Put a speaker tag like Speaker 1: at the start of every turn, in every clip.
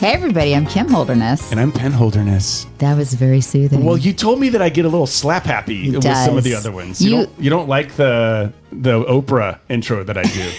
Speaker 1: Hey everybody, I'm Kim Holderness.
Speaker 2: And I'm Penholderness.
Speaker 1: That was very soothing.
Speaker 2: Well, you told me that I get a little slap happy with
Speaker 1: does.
Speaker 2: some of the other ones. You,
Speaker 1: You-
Speaker 2: don't, you don't like the the Oprah intro that I do.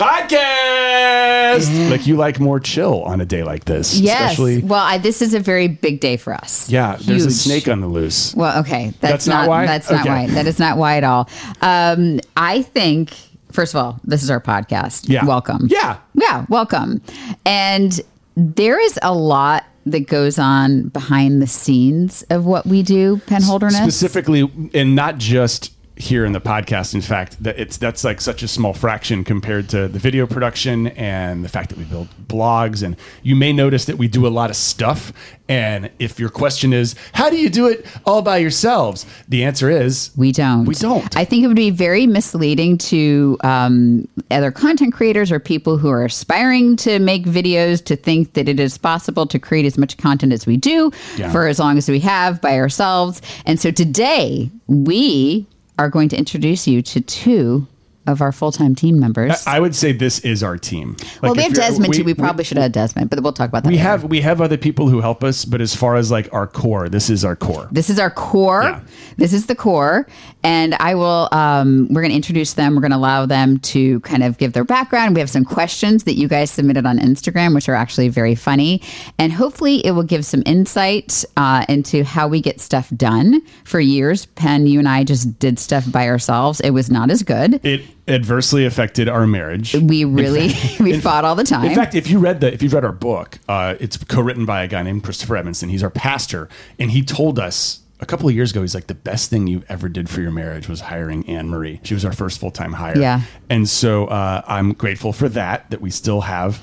Speaker 2: Podcast. like you like more chill on a day like this,
Speaker 1: yes.
Speaker 2: especially.
Speaker 1: well, I, this is a very big day for us.
Speaker 2: Yeah, there's a
Speaker 1: Huge.
Speaker 2: snake on the loose.
Speaker 1: Well, okay,
Speaker 2: That's not why?
Speaker 1: That's not
Speaker 2: Okay.
Speaker 1: why. That is not why at all. Um, I think first of all, this is our podcast.
Speaker 2: Yeah.
Speaker 1: welcome.
Speaker 2: Yeah.
Speaker 1: yeah, welcome. And there is a lot that goes on behind the scenes of what we do, Penholderness.
Speaker 2: Specifically, and not just here in the podcast. In fact, that it's that's like such a small fraction compared to the video production and the fact that we build blogs. And you may notice that we do a lot of stuff. And if your question is, how do you do it all by yourselves? The answer is
Speaker 1: We don't.
Speaker 2: We don't.
Speaker 1: I think it would be very misleading to um, other content creators or people who are aspiring to make videos to think that it is possible to create as much content as we do
Speaker 2: Yeah.
Speaker 1: for as long as we have by ourselves. And so today we are going to introduce you to two of our full time team members.
Speaker 2: I would say this is our team. Like,
Speaker 1: well, we
Speaker 2: if
Speaker 1: have
Speaker 2: you're-
Speaker 1: Desmond too. We probably should have Desmond, but we'll talk about that.
Speaker 2: We
Speaker 1: later.
Speaker 2: have we have other people who help us, but as far as like our core, this is our core.
Speaker 1: This is our core.
Speaker 2: Yeah.
Speaker 1: This is the core. And I will, um, we're going to introduce them. We're going to allow them to kind of give their background. We have some questions that you guys submitted on Instagram, which are actually very funny. And hopefully it will give some insight uh, into how we get stuff done. For years, Penn, you and I just did stuff by ourselves. It was not as good.
Speaker 2: It adversely affected our marriage.
Speaker 1: We really, we fought all the time.
Speaker 2: In fact, if you read the if you've read our book, uh, it's co-written by a guy named Christopher Edmondson. He's our pastor, and he told us a couple of years ago, he's like, the best thing you ever did for your marriage was hiring Anne Marie. She was our first full time hire.
Speaker 1: Yeah.
Speaker 2: And so uh, I'm grateful for that, that we still have.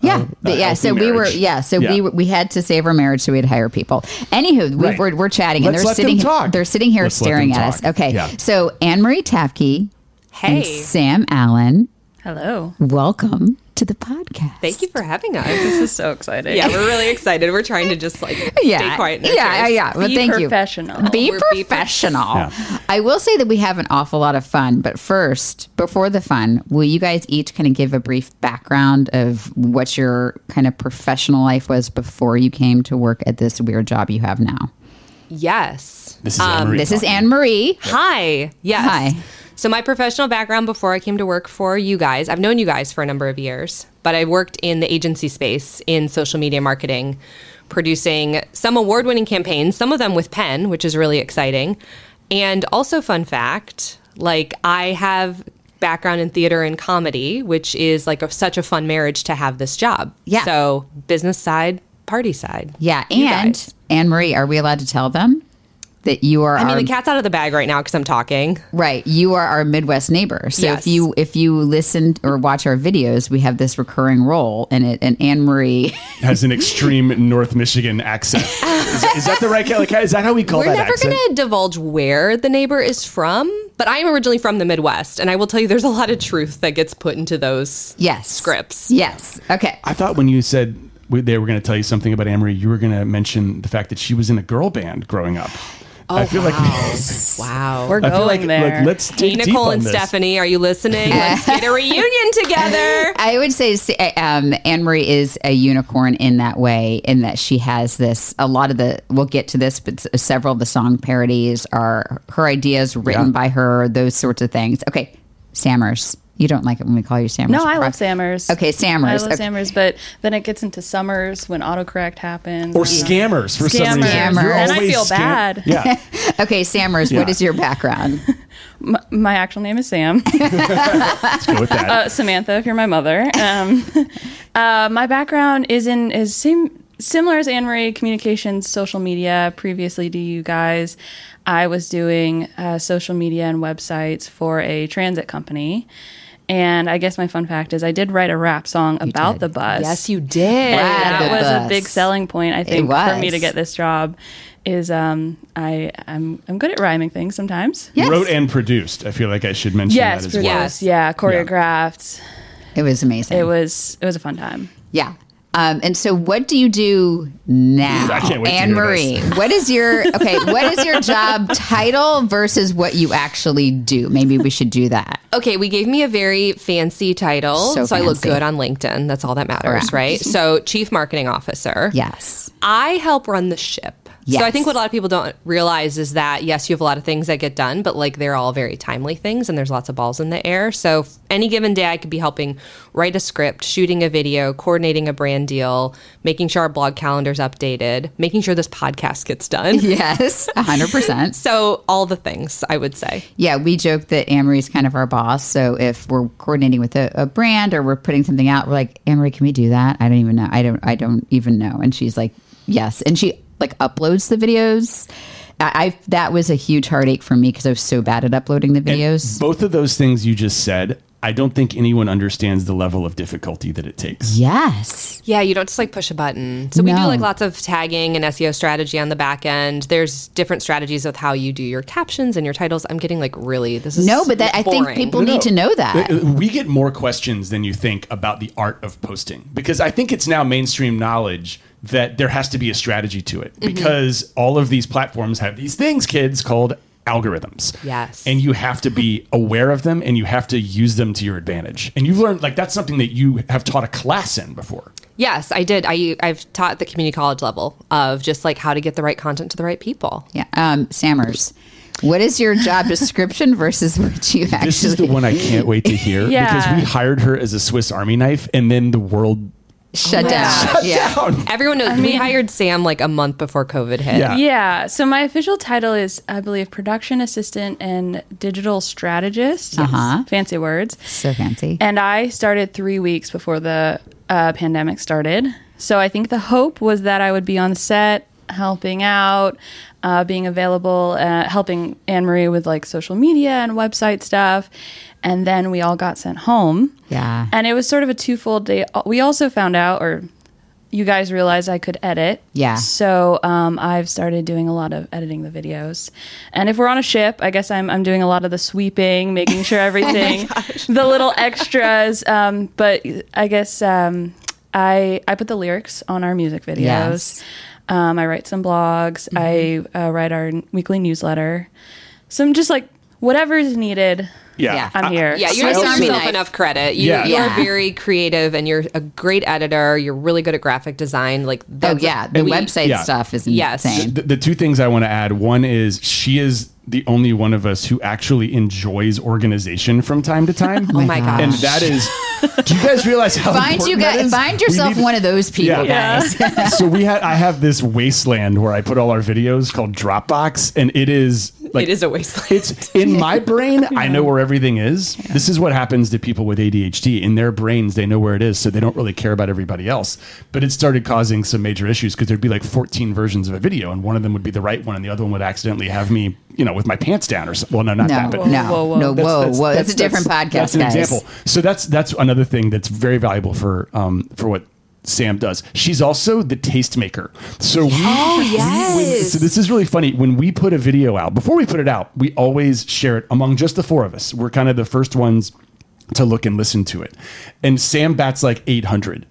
Speaker 1: Yeah,
Speaker 2: uh, a
Speaker 1: but yeah.
Speaker 2: healthy
Speaker 1: So we were,
Speaker 2: marriage.
Speaker 1: yeah. So
Speaker 2: Yeah.
Speaker 1: we were, we had to save our marriage, so we had to hire people. Anywho, we,
Speaker 2: Right.
Speaker 1: we're, we're chatting,
Speaker 2: Let's
Speaker 1: and they're
Speaker 2: let them
Speaker 1: sitting,
Speaker 2: talk.
Speaker 1: they're sitting here
Speaker 2: Let's let
Speaker 1: staring
Speaker 2: them
Speaker 1: at us.
Speaker 2: talk.
Speaker 1: Okay,
Speaker 2: Yeah.
Speaker 1: so Anne Marie Tapke and
Speaker 3: Hey.
Speaker 1: Sam Allen,
Speaker 3: Hello.
Speaker 1: welcome to the podcast.
Speaker 4: Thank you for having us. This is so exciting. Yeah, we're really excited. We're trying to just like stay quiet. in
Speaker 1: Yeah,
Speaker 4: our
Speaker 1: yeah,
Speaker 4: chairs.
Speaker 1: yeah. Well,
Speaker 3: Be
Speaker 1: thank you.
Speaker 3: professional.
Speaker 1: Be
Speaker 4: We're be
Speaker 1: professional.
Speaker 2: Yeah.
Speaker 1: I will say that we have an awful lot of fun, but first, before the fun, will you guys each kind of give a brief background of what your kind of professional life was before you came to work at this weird job you have now?
Speaker 4: Yes.
Speaker 2: This is Anne Marie.
Speaker 1: um, This is
Speaker 2: talking.
Speaker 1: Anne Marie.
Speaker 4: Hi. Yes.
Speaker 1: Hi.
Speaker 4: So my professional background before I came to work for you guys, I've known you guys for a number of years, but I worked in the agency space in social media marketing, producing some award-winning campaigns, some of them with Penn, which is really exciting. And also fun fact, like I have background in theater and comedy, which is like a, such a fun marriage to have this job.
Speaker 1: Yeah.
Speaker 4: So business side, party side.
Speaker 1: Yeah,
Speaker 4: You
Speaker 1: and
Speaker 4: guys.
Speaker 1: Anne Marie, are we allowed to tell them that you are
Speaker 4: I mean,
Speaker 1: our
Speaker 4: the cat's out of the bag right now because I'm talking.
Speaker 1: Right. You are our Midwest neighbor. So if
Speaker 4: Yes.
Speaker 1: you if you listen or watch our videos, we have this recurring role in it and Anne Marie
Speaker 2: Has an extreme North Michigan accent. is, is that the right, like, is that how we call
Speaker 4: We're
Speaker 2: that
Speaker 4: never
Speaker 2: accent?
Speaker 4: going to divulge where the neighbor is from, but I am originally from the Midwest, and I will tell you there's a lot of truth that gets put into those
Speaker 1: Yes.
Speaker 4: scripts.
Speaker 1: Yes. Okay.
Speaker 2: I thought when you said we, they were going to tell you something about Anne Marie, you were going to mention the fact that she was in a girl band growing up. Oh, I feel like
Speaker 4: Wow.
Speaker 3: We're
Speaker 2: I
Speaker 3: going
Speaker 2: feel like,
Speaker 3: there.
Speaker 2: like let's
Speaker 4: hey,
Speaker 2: dig deep
Speaker 4: Nicole
Speaker 2: on
Speaker 4: and
Speaker 2: this.
Speaker 4: Stephanie, are you listening? Let's get a reunion together.
Speaker 1: I would say um, Anne Marie is a unicorn in that way, in that she has this. A lot of the we'll get to this, but s- several of the song parodies are her ideas written
Speaker 2: Yeah.
Speaker 1: by her. Those sorts of things. Okay, Sammers, you don't like it when we call you Sammers.
Speaker 3: No, I love
Speaker 1: Right.
Speaker 3: Sammers.
Speaker 1: Okay, Sammers.
Speaker 3: I love
Speaker 1: Okay.
Speaker 3: Sammers, but then it gets into Summers when autocorrect happens.
Speaker 2: Or
Speaker 3: You know.
Speaker 2: scammers for some
Speaker 3: Scammers.
Speaker 2: reason.
Speaker 1: Scammers.
Speaker 2: You're
Speaker 1: Then I
Speaker 2: always
Speaker 3: feel bad.
Speaker 2: Yeah.
Speaker 1: Okay, Sammers. What
Speaker 2: Yeah.
Speaker 1: is your background?
Speaker 3: M- my actual name is Sam.
Speaker 2: Let's go with that.
Speaker 3: uh, Samantha, if you're my mother. Um, uh, my background is in is sim- similar as Anne Marie, communications, social media. Previously to you guys, I was doing uh, social media and websites for a transit company. And I guess my fun fact is I did write a rap song about the bus.
Speaker 4: Yes, you did.
Speaker 3: And
Speaker 1: Ride the
Speaker 3: that was
Speaker 1: bus.
Speaker 3: a big selling point, I think, for me
Speaker 1: was.
Speaker 3: to get this job. Is um, I I'm I'm good at rhyming things sometimes.
Speaker 1: Yes.
Speaker 2: Wrote and produced. I feel like I should mention
Speaker 3: Yes,
Speaker 2: that as
Speaker 3: produced,
Speaker 2: well.
Speaker 4: Yes.
Speaker 3: yeah, choreographed.
Speaker 1: It was amazing.
Speaker 3: It was it was a fun time.
Speaker 1: Yeah. Um, and so, what do you do now,
Speaker 2: I can't wait to
Speaker 1: Anne
Speaker 2: hear
Speaker 1: Marie? What is your okay? What is your job title versus what you actually do? Maybe we should do that.
Speaker 4: Okay, we gave me a very fancy title,
Speaker 1: So
Speaker 4: so, I look
Speaker 1: fancy.
Speaker 4: good on LinkedIn. That's all that matters,
Speaker 1: Correct.
Speaker 4: right? So, Chief Marketing Officer.
Speaker 1: Yes.
Speaker 4: I help run the ship. So I
Speaker 1: Yes.
Speaker 4: think what a lot of people don't realize is that yes, you have a lot of things that get done, but like they're all very timely things and there's lots of balls in the air. So f- any given day I could be helping write a script, shooting a video, coordinating a brand deal, making sure our blog calendar's updated, making sure this podcast gets done.
Speaker 1: Yes. hundred percent.
Speaker 4: So all the things, I would say.
Speaker 1: Yeah. We joke that Anne Marie's kind of our boss. So if we're coordinating with a, a brand or we're putting something out, we're like, Anne Marie, can we do that? I don't even know. I don't. I don't even know. And she's like, yes. And she like uploads the videos. I, I that was a huge heartache for me because I was so bad at uploading the videos.
Speaker 2: Both of those things you just said, I don't think anyone understands the level of difficulty that it takes.
Speaker 1: yes.
Speaker 4: Yeah, you don't just like push a button. So we do
Speaker 1: No.
Speaker 4: like lots of tagging and SEO strategy on the back end. There's different strategies with how you do your captions and your titles. I'm getting like really this is
Speaker 1: No, but that, I think
Speaker 4: boring.
Speaker 1: people need to know that.
Speaker 2: Uh, We get more questions than you think about the art of posting because I think it's now mainstream knowledge that there has to be a strategy to it
Speaker 1: Mm-hmm.
Speaker 2: because all of these platforms have these things, kids, called algorithms.
Speaker 4: Yes.
Speaker 2: And you have to be aware of them and you have to use them to your advantage. And you've learned, like, that's something that you have taught a class in before.
Speaker 4: Yes, I did. I I've taught the community college level of just like how to get the right content to the right people.
Speaker 1: Yeah. Um, Sammers, what is your job description versus what you actually?
Speaker 2: This is the one I can't wait to hear because
Speaker 3: Yeah.
Speaker 2: we hired her as a Swiss Army knife and then the world
Speaker 1: shut down. yeah.
Speaker 2: down.
Speaker 4: Everyone knows we hired Sam like a month before COVID hit.
Speaker 2: Yeah.
Speaker 3: Yeah. So my official title is, I believe, production assistant and digital strategist.
Speaker 1: Uh-huh.
Speaker 3: Fancy words.
Speaker 1: So fancy.
Speaker 3: And I started three weeks before the uh, pandemic started. So I think the hope was that I would be on set helping out, uh, being available, uh, helping Anne Marie with like social media and website stuff. And then we all got sent home.
Speaker 1: Yeah.
Speaker 3: And it was sort of a twofold day. Uh, We also found out, or you guys realized I could edit.
Speaker 1: Yeah.
Speaker 3: So um, I've started doing a lot of editing the videos. And if we're on a ship, I guess I'm, I'm doing a lot of the sweeping, making sure
Speaker 1: Oh
Speaker 3: everything, the little extras. Um, but I guess um, I, I put the lyrics on our music videos.
Speaker 1: Yes. Mm-hmm.
Speaker 3: Um, I write some blogs. I uh, write our n- weekly newsletter. Some just like whatever is needed.
Speaker 2: Yeah.
Speaker 1: Yeah.
Speaker 3: I'm here.
Speaker 4: Yeah, you
Speaker 1: Swiss
Speaker 4: don't give
Speaker 1: Army
Speaker 4: yourself
Speaker 1: knife.
Speaker 4: enough credit. You,
Speaker 2: Yeah.
Speaker 4: you
Speaker 1: Yeah.
Speaker 4: are very creative, and you're a great editor. You're really good at graphic design. Like,
Speaker 1: Oh
Speaker 4: that's-
Speaker 1: yeah, the
Speaker 4: we-
Speaker 1: website
Speaker 2: yeah.
Speaker 1: stuff is
Speaker 4: Yes.
Speaker 1: insane.
Speaker 2: the, the two things I want to add one is she is the only one of us who actually enjoys organization from time to time.
Speaker 4: Oh my gosh.
Speaker 2: And that is, do you guys realize how
Speaker 1: Find you
Speaker 2: important that
Speaker 1: guys,
Speaker 2: is?
Speaker 1: find
Speaker 2: We
Speaker 1: yourself
Speaker 2: need-
Speaker 1: one of those people, guys.
Speaker 2: so we had I have this wasteland where I put all our videos called Dropbox, and it is like
Speaker 4: It is a wasteland.
Speaker 2: It's in my brain. I know where everything is. This is what happens to people with ADHD. In their brains, they know where it is, so they don't really care about everybody else. But it started causing some major issues because there'd be like 14 versions of a video, and one of them would be the right one, and the other one would accidentally have me, you know, with my pants down or something. Well, no, not
Speaker 1: No,
Speaker 2: that, but
Speaker 1: no,
Speaker 3: Whoa, whoa.
Speaker 1: no,
Speaker 2: that's-
Speaker 1: whoa, whoa. That's, a different podcast,
Speaker 2: that's an
Speaker 1: guys.
Speaker 2: example. So that's that's another thing that's very valuable for um for what Sam does. She's also the tastemaker. So we,
Speaker 1: Oh,
Speaker 2: we- when- so this is really funny. When we put a video out, before we put it out, we always share it among just the four of us. We're kind of the first ones to look and listen to it. And Sam bats like 800.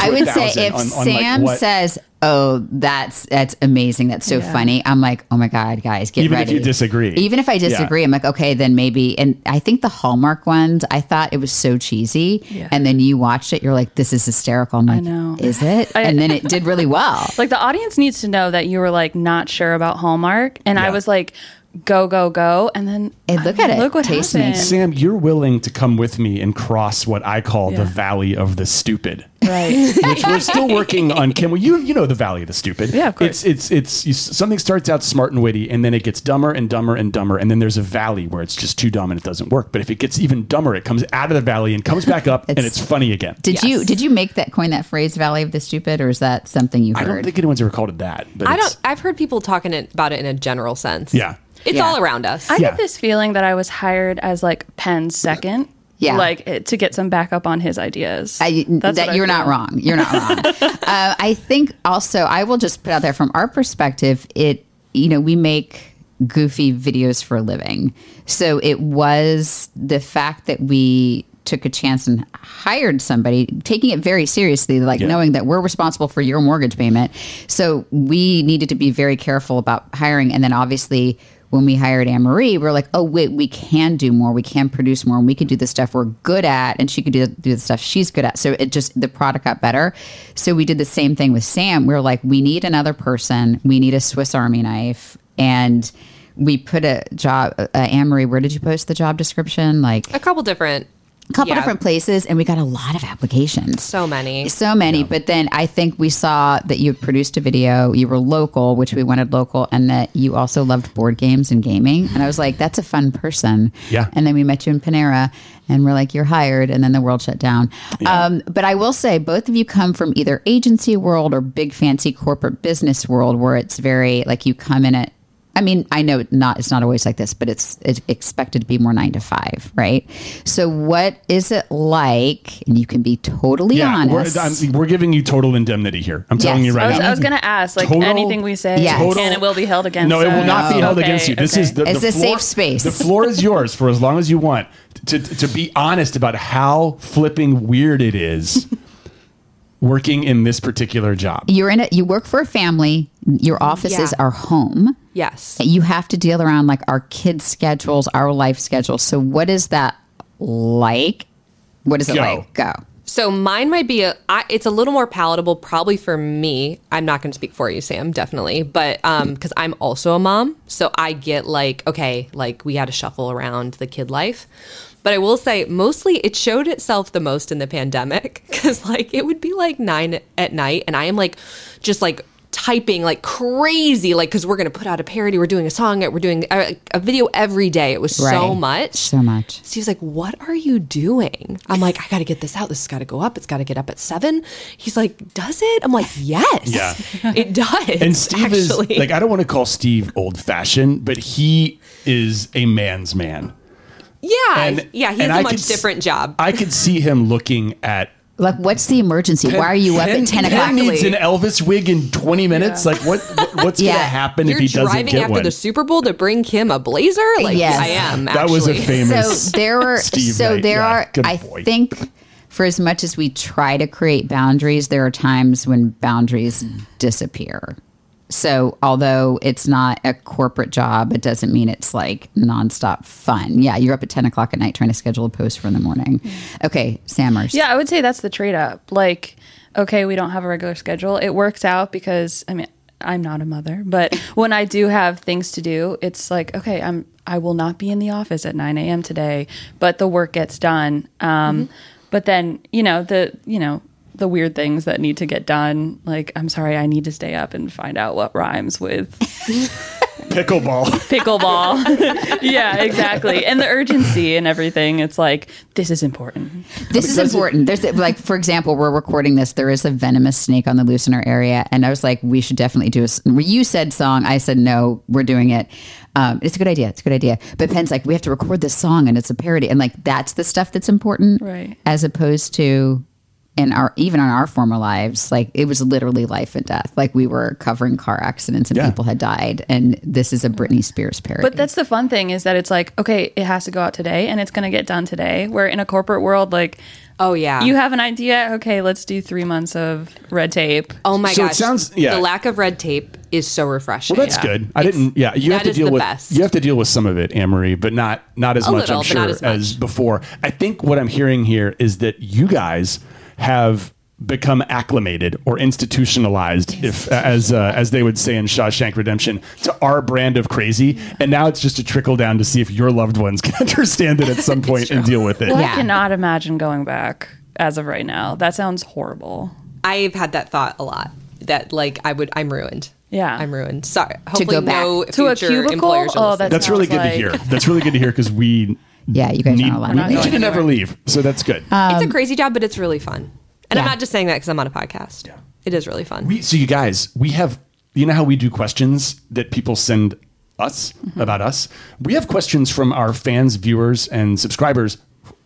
Speaker 1: I would say
Speaker 2: 1,000
Speaker 1: if
Speaker 2: on- on, like,
Speaker 1: Sam
Speaker 2: what-
Speaker 1: says, "Oh, that's that's amazing. That's so funny." I'm like, "Oh my god, guys, get
Speaker 2: Even if
Speaker 1: ready."
Speaker 2: you disagree.
Speaker 1: Even if I
Speaker 2: Yeah.
Speaker 1: disagree, I'm like, "Okay, then maybe." And I think the Hallmark ones, I thought it was so cheesy, and then you watched it, you're like, "This is hysterical." I'm like,
Speaker 3: know.
Speaker 1: "Is it?" and then it did really well.
Speaker 3: Like the audience needs to know that you were like not sure about Hallmark, and I was like, go go go, and then
Speaker 1: Hey,
Speaker 3: I
Speaker 1: look
Speaker 3: mean,
Speaker 1: at it.
Speaker 3: look what
Speaker 1: Taste
Speaker 3: happened.
Speaker 1: makes
Speaker 2: Sam, you're willing to come with me and cross what I call the
Speaker 3: Yeah.
Speaker 2: valley of the stupid.
Speaker 3: Right.
Speaker 2: which we're still working on. Can we? You you know the Valley of the Stupid.
Speaker 3: Yeah, of course.
Speaker 2: It's it's it's you, something starts out smart and witty, and then it gets dumber and dumber and dumber, and then there's a valley where it's just too dumb and it doesn't work. But if it gets even dumber, it comes out of the valley and comes back up, and
Speaker 1: It's-
Speaker 2: it's funny again.
Speaker 1: Did you did you make that coin that phrase "Valley of the Stupid" or is that something you
Speaker 2: I
Speaker 1: heard?
Speaker 2: don't think anyone's ever called it that. But
Speaker 4: I
Speaker 2: it's-
Speaker 4: don't. I've heard people talking it, about it in a general sense.
Speaker 2: Yeah.
Speaker 4: it's
Speaker 1: Yeah.
Speaker 4: all around us.
Speaker 3: I
Speaker 2: Yeah.
Speaker 3: get this feeling that I was hired as like Penn's second.
Speaker 1: Yeah.
Speaker 3: Like it, to get some backup on his ideas.
Speaker 1: I,
Speaker 3: That's
Speaker 1: that
Speaker 3: what I
Speaker 1: you're not
Speaker 3: feel.
Speaker 1: wrong. You're not wrong. uh, I think also I will just put out there from our perspective, it you know we make goofy videos for a living, so it was the fact that we took a chance and hired somebody taking it very seriously like
Speaker 2: Yeah.
Speaker 1: knowing that we're responsible for your mortgage payment so we needed to be very careful about hiring and then obviously when we hired Anne Marie, we are like, oh wait, we can do more. We can produce more, and we can do the stuff we're good at, and she could do do the stuff she's good at. So it just the product got better. So we did the same thing with Sam. We were like, we need another person. We need a Swiss Army knife, and we put a job. Uh, Anne Marie, where did you post the job description? Like
Speaker 4: a couple different,
Speaker 1: a couple
Speaker 4: yeah,
Speaker 1: different places, and we got a lot of applications.
Speaker 4: so many.
Speaker 1: So many, but then I think we saw that you had produced a video. You were local, which we wanted local, and that you also loved board games and gaming. And I was like, "That's a fun person."
Speaker 2: Yeah.
Speaker 1: And then we met you in Panera, and we're like, "You're hired." And then the world shut down. Um, but I will say, both of you come from either agency world or big fancy corporate business world, where it's very like you come in at. I mean, I know not it's not always like this, but it's, it's expected to be more nine to five, right? So, what is it like? And you can be totally
Speaker 2: Yeah, we're,
Speaker 1: honest.
Speaker 2: I'm- we're giving you total indemnity here. I'm telling
Speaker 1: Yes.
Speaker 2: you right
Speaker 3: I was,
Speaker 2: now.
Speaker 3: I was gonna ask, like
Speaker 2: Total-
Speaker 3: anything we say,
Speaker 1: Yes.
Speaker 3: can
Speaker 1: Total-
Speaker 3: and it will be held against.
Speaker 2: No, it will
Speaker 3: us?
Speaker 2: not be held
Speaker 3: Okay,
Speaker 2: against you. This
Speaker 3: okay.
Speaker 2: is the,
Speaker 1: Oh. It's
Speaker 2: the
Speaker 1: a
Speaker 2: floor-
Speaker 1: safe space.
Speaker 2: The floor is yours for as long as you want. To, to be honest about how flipping weird it is working in this particular job.
Speaker 1: you're in it. You work for a family. Your offices
Speaker 4: Yeah.
Speaker 1: are home.
Speaker 4: yes,
Speaker 1: You have to deal around like our kids' schedules, our life schedules. So, what is that like? What is it
Speaker 2: Go.
Speaker 1: like? Go.
Speaker 4: So mine might be a. I, it's a little more palatable, probably for me. I'm not going to speak for you, Sam, definitely, but um, because I'm also a mom, so I get like, okay, like we had to shuffle around the kid life. But I will say, mostly it showed itself the most in the pandemic because like it would be like nine at night, and I am like, just like. typing like crazy, like because we're going to put out a parody, we're doing a song, we're doing a, a video every day. It was so
Speaker 1: Right.
Speaker 4: much,
Speaker 1: So much.
Speaker 4: Steve's like, "What are you doing?" I'm like, "I got to get this out. This has got to go up. It's got to get up at seven. He's like, "Does it?" I'm like, "Yes,
Speaker 2: Yeah.
Speaker 4: it does."
Speaker 2: And Steve
Speaker 4: actually.
Speaker 2: is like, I don't want to call Steve old fashioned, but he is a man's man.
Speaker 4: yeah,
Speaker 2: And
Speaker 4: yeah, he has
Speaker 2: and
Speaker 4: a
Speaker 2: I could
Speaker 4: much
Speaker 2: s-
Speaker 4: different job.
Speaker 2: I could see him looking at.
Speaker 1: Like, what's the emergency? Why are you up
Speaker 2: Ken-
Speaker 1: at 10
Speaker 2: Ken
Speaker 1: o'clock?
Speaker 2: needs an Elvis wig in 20 minutes. Like, what? what- What's
Speaker 1: Yeah.
Speaker 2: going to happen
Speaker 4: You're
Speaker 2: if he doesn't
Speaker 4: driving
Speaker 2: get
Speaker 4: after
Speaker 2: one?
Speaker 4: the Super Bowl to bring him a blazer. Like,
Speaker 1: Yes.
Speaker 4: I am.
Speaker 2: That was a
Speaker 4: actually.
Speaker 2: famous
Speaker 1: So there were.
Speaker 2: Steve
Speaker 1: so
Speaker 2: Knight.
Speaker 1: there
Speaker 2: Yeah,
Speaker 1: are.
Speaker 2: good
Speaker 1: I
Speaker 2: boy.
Speaker 1: think, for as much as we try to create boundaries, there are times when boundaries disappear. So although it's not a corporate job, it doesn't mean it's like nonstop fun. Yeah, you're up at ten o'clock at night trying to schedule a post for in the morning. Okay, Sammers.
Speaker 3: Yeah, I would say that's the trade up. Like, okay, we don't have a regular schedule. It works out because I mean, I'm not a mother, but when I do have things to do, it's like, okay, I'm I will not be in the office at 9 a.m. today, but the work gets done. Um, But then you know the you know the weird things that need to get done. Like, I'm sorry, I need to stay up and find out what rhymes with
Speaker 2: Pickleball.
Speaker 3: pickleball. yeah, exactly. And the urgency and everything. It's like this is important.
Speaker 1: This is important. There's like, for example, we're recording this. There is a venomous snake on the loose in our area, and I was like, we should definitely do a. s- You said song. I said no. We're doing it. Um, it's a good idea. It's a good idea. But Penn's like, we have to record this song, and it's a parody, and like that's the stuff that's important,
Speaker 3: Right.
Speaker 1: As opposed to in our even on our former lives, like it was literally life and death. Like we were covering car accidents, and
Speaker 2: Yeah.
Speaker 1: people had died, and this is a Britney Spears parody.
Speaker 3: But that's the fun thing is that it's like, okay, it has to go out today and it's going to get done today. Where in a corporate world, like,
Speaker 4: oh yeah,
Speaker 3: you have an idea, okay, let's do three months of red tape.
Speaker 4: Oh my
Speaker 2: So it
Speaker 4: gosh!
Speaker 2: sounds- yeah.
Speaker 4: The lack of red tape is so refreshing.
Speaker 2: Well, that's good. I didn't. Yeah, you have
Speaker 4: that
Speaker 2: to
Speaker 4: is
Speaker 2: deal
Speaker 4: the
Speaker 2: with
Speaker 4: best.
Speaker 2: you have to deal with some of it, Anne Marie, but not not as
Speaker 4: A
Speaker 2: much.
Speaker 4: little,
Speaker 2: I'm
Speaker 4: but not
Speaker 2: sure
Speaker 4: as
Speaker 2: as,
Speaker 4: much.
Speaker 2: before. I think what I'm hearing here is that you guys have become acclimated or institutionalized, if as uh, as they would say in Shawshank Redemption, to our brand of crazy, and now it's just a trickle down to see if your loved ones can understand it at some point and deal with it.
Speaker 3: Well, I
Speaker 1: Yeah.
Speaker 3: cannot imagine going back as of right now. That sounds horrible.
Speaker 4: I've had that thought a lot. That like I would, I'm ruined.
Speaker 3: Yeah.
Speaker 4: I'm ruined. Sorry. Hopefully,
Speaker 1: go back.
Speaker 4: no
Speaker 3: To a
Speaker 4: future
Speaker 3: cubicle?
Speaker 4: employers are
Speaker 3: Oh,
Speaker 4: listening.
Speaker 3: that
Speaker 2: That's really good
Speaker 3: sounds
Speaker 2: to
Speaker 3: like-
Speaker 2: hear. That's really good to hear because we
Speaker 1: yeah, you guys
Speaker 2: need,
Speaker 1: aren't allowed.
Speaker 2: we
Speaker 1: to
Speaker 2: need
Speaker 1: do
Speaker 2: you to
Speaker 1: it.
Speaker 2: never leave. So that's good.
Speaker 4: it's a crazy job, but it's really fun. And I'm
Speaker 1: Yeah.
Speaker 4: not just saying that because I'm on a podcast. Yeah. It is really fun.
Speaker 2: We so you guys, we have you know how we do questions that people send us about us. We have questions from our fans, viewers, and subscribers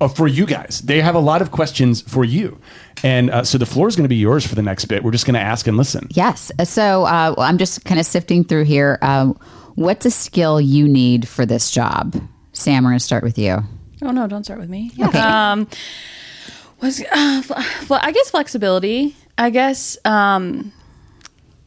Speaker 2: uh, for you guys. They have a lot of questions for you, and uh, so the floor is going to be yours for the next bit. We're just going to ask and listen.
Speaker 1: Yes. So uh, I'm just kind of sifting through here. Um, what's a skill you need for this job? Sam, we're going to start with you.
Speaker 3: Oh, no, don't start with me. Um, was, uh, fl- fl- I guess flexibility. I guess, um,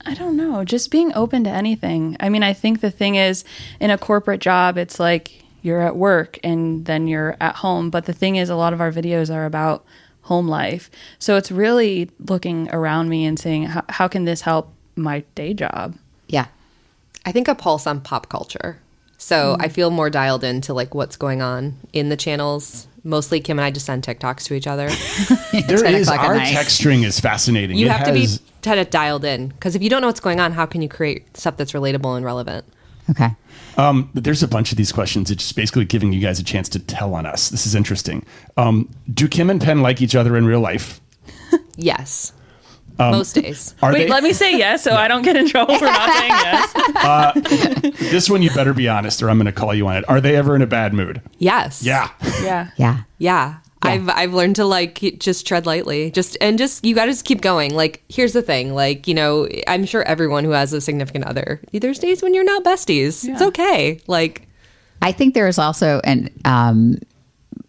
Speaker 3: I don't know, just being open to anything. I mean, I think the thing is in a corporate job, it's like you're at work and then you're at home. But the thing is, a lot of our videos are about home life. So it's really looking around me and saying, how, how can this help my day job?
Speaker 1: Yeah.
Speaker 4: I think a pulse on pop culture. So I feel more dialed into like what's going on in the channels. Mostly Kim and I just send TikToks to each other.
Speaker 2: There
Speaker 1: 10
Speaker 2: is
Speaker 1: o'clock at
Speaker 2: our
Speaker 1: night.
Speaker 2: texturing is fascinating.
Speaker 4: You
Speaker 2: It
Speaker 4: have to be
Speaker 2: has-
Speaker 4: kind of dialed in because if you don't know what's going on, how can you create stuff that's relatable and relevant?
Speaker 1: Okay.
Speaker 2: Um, but there's a bunch of these questions. It's just basically giving you guys a chance to tell on us. This is interesting. Um, do Kim and Penn like each other in real life?
Speaker 4: Yes. Most days.
Speaker 2: Um, Are
Speaker 3: Wait,
Speaker 2: they-
Speaker 3: let me say yes so I don't get in trouble for not saying yes.
Speaker 2: This one, you better be honest, or I'm going to call you on it. Are they ever in a bad mood?
Speaker 4: Yes.
Speaker 2: Yeah.
Speaker 3: Yeah.
Speaker 1: Yeah.
Speaker 4: Yeah. I've I've learned to like just tread lightly. Just and just you got to just keep going. Like here's the thing. Like, you know, I'm sure everyone who has a significant other, there's days when you're not besties. It's okay. Like
Speaker 1: I think there is also an um,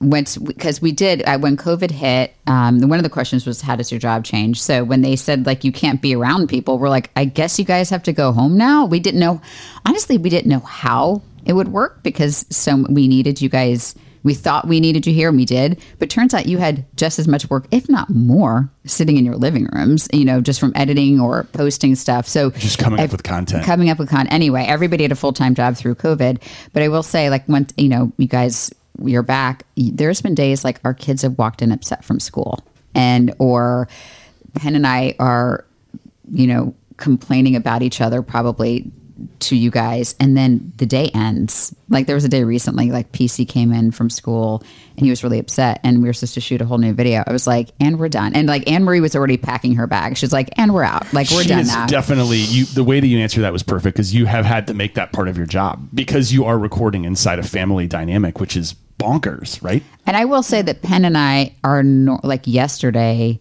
Speaker 1: once because we did uh, when COVID hit. Um, one of the questions was how does your job change? So when they said like you can't be around people, we're like, I guess you guys have to go home now. We didn't know, honestly, we didn't know how it would work because so we needed you guys. We thought we needed you here, and we did. But turns out you had just as much work, if not more, sitting in your living rooms. You know, just from editing or posting stuff. So
Speaker 2: Just coming up with content.
Speaker 1: coming up with con anyway everybody had a full-time job through covid but i will say like once you know you guys you're back y- there's been days like our kids have walked in upset from school and or penn and i are you know complaining about each other probably to you guys and then the day ends like there was a day recently like pc came in from school and he was really upset and we were supposed to shoot a whole new video i was like and we're done and like anne marie was already packing her bag she's like and we're out like we're
Speaker 2: she
Speaker 1: done
Speaker 2: is
Speaker 1: now
Speaker 2: definitely you. The way that you answer that was perfect because you have had to make that part of your job because you are recording inside a family dynamic, which is bonkers, right?
Speaker 1: And I will say that Penn and I are nor- like yesterday.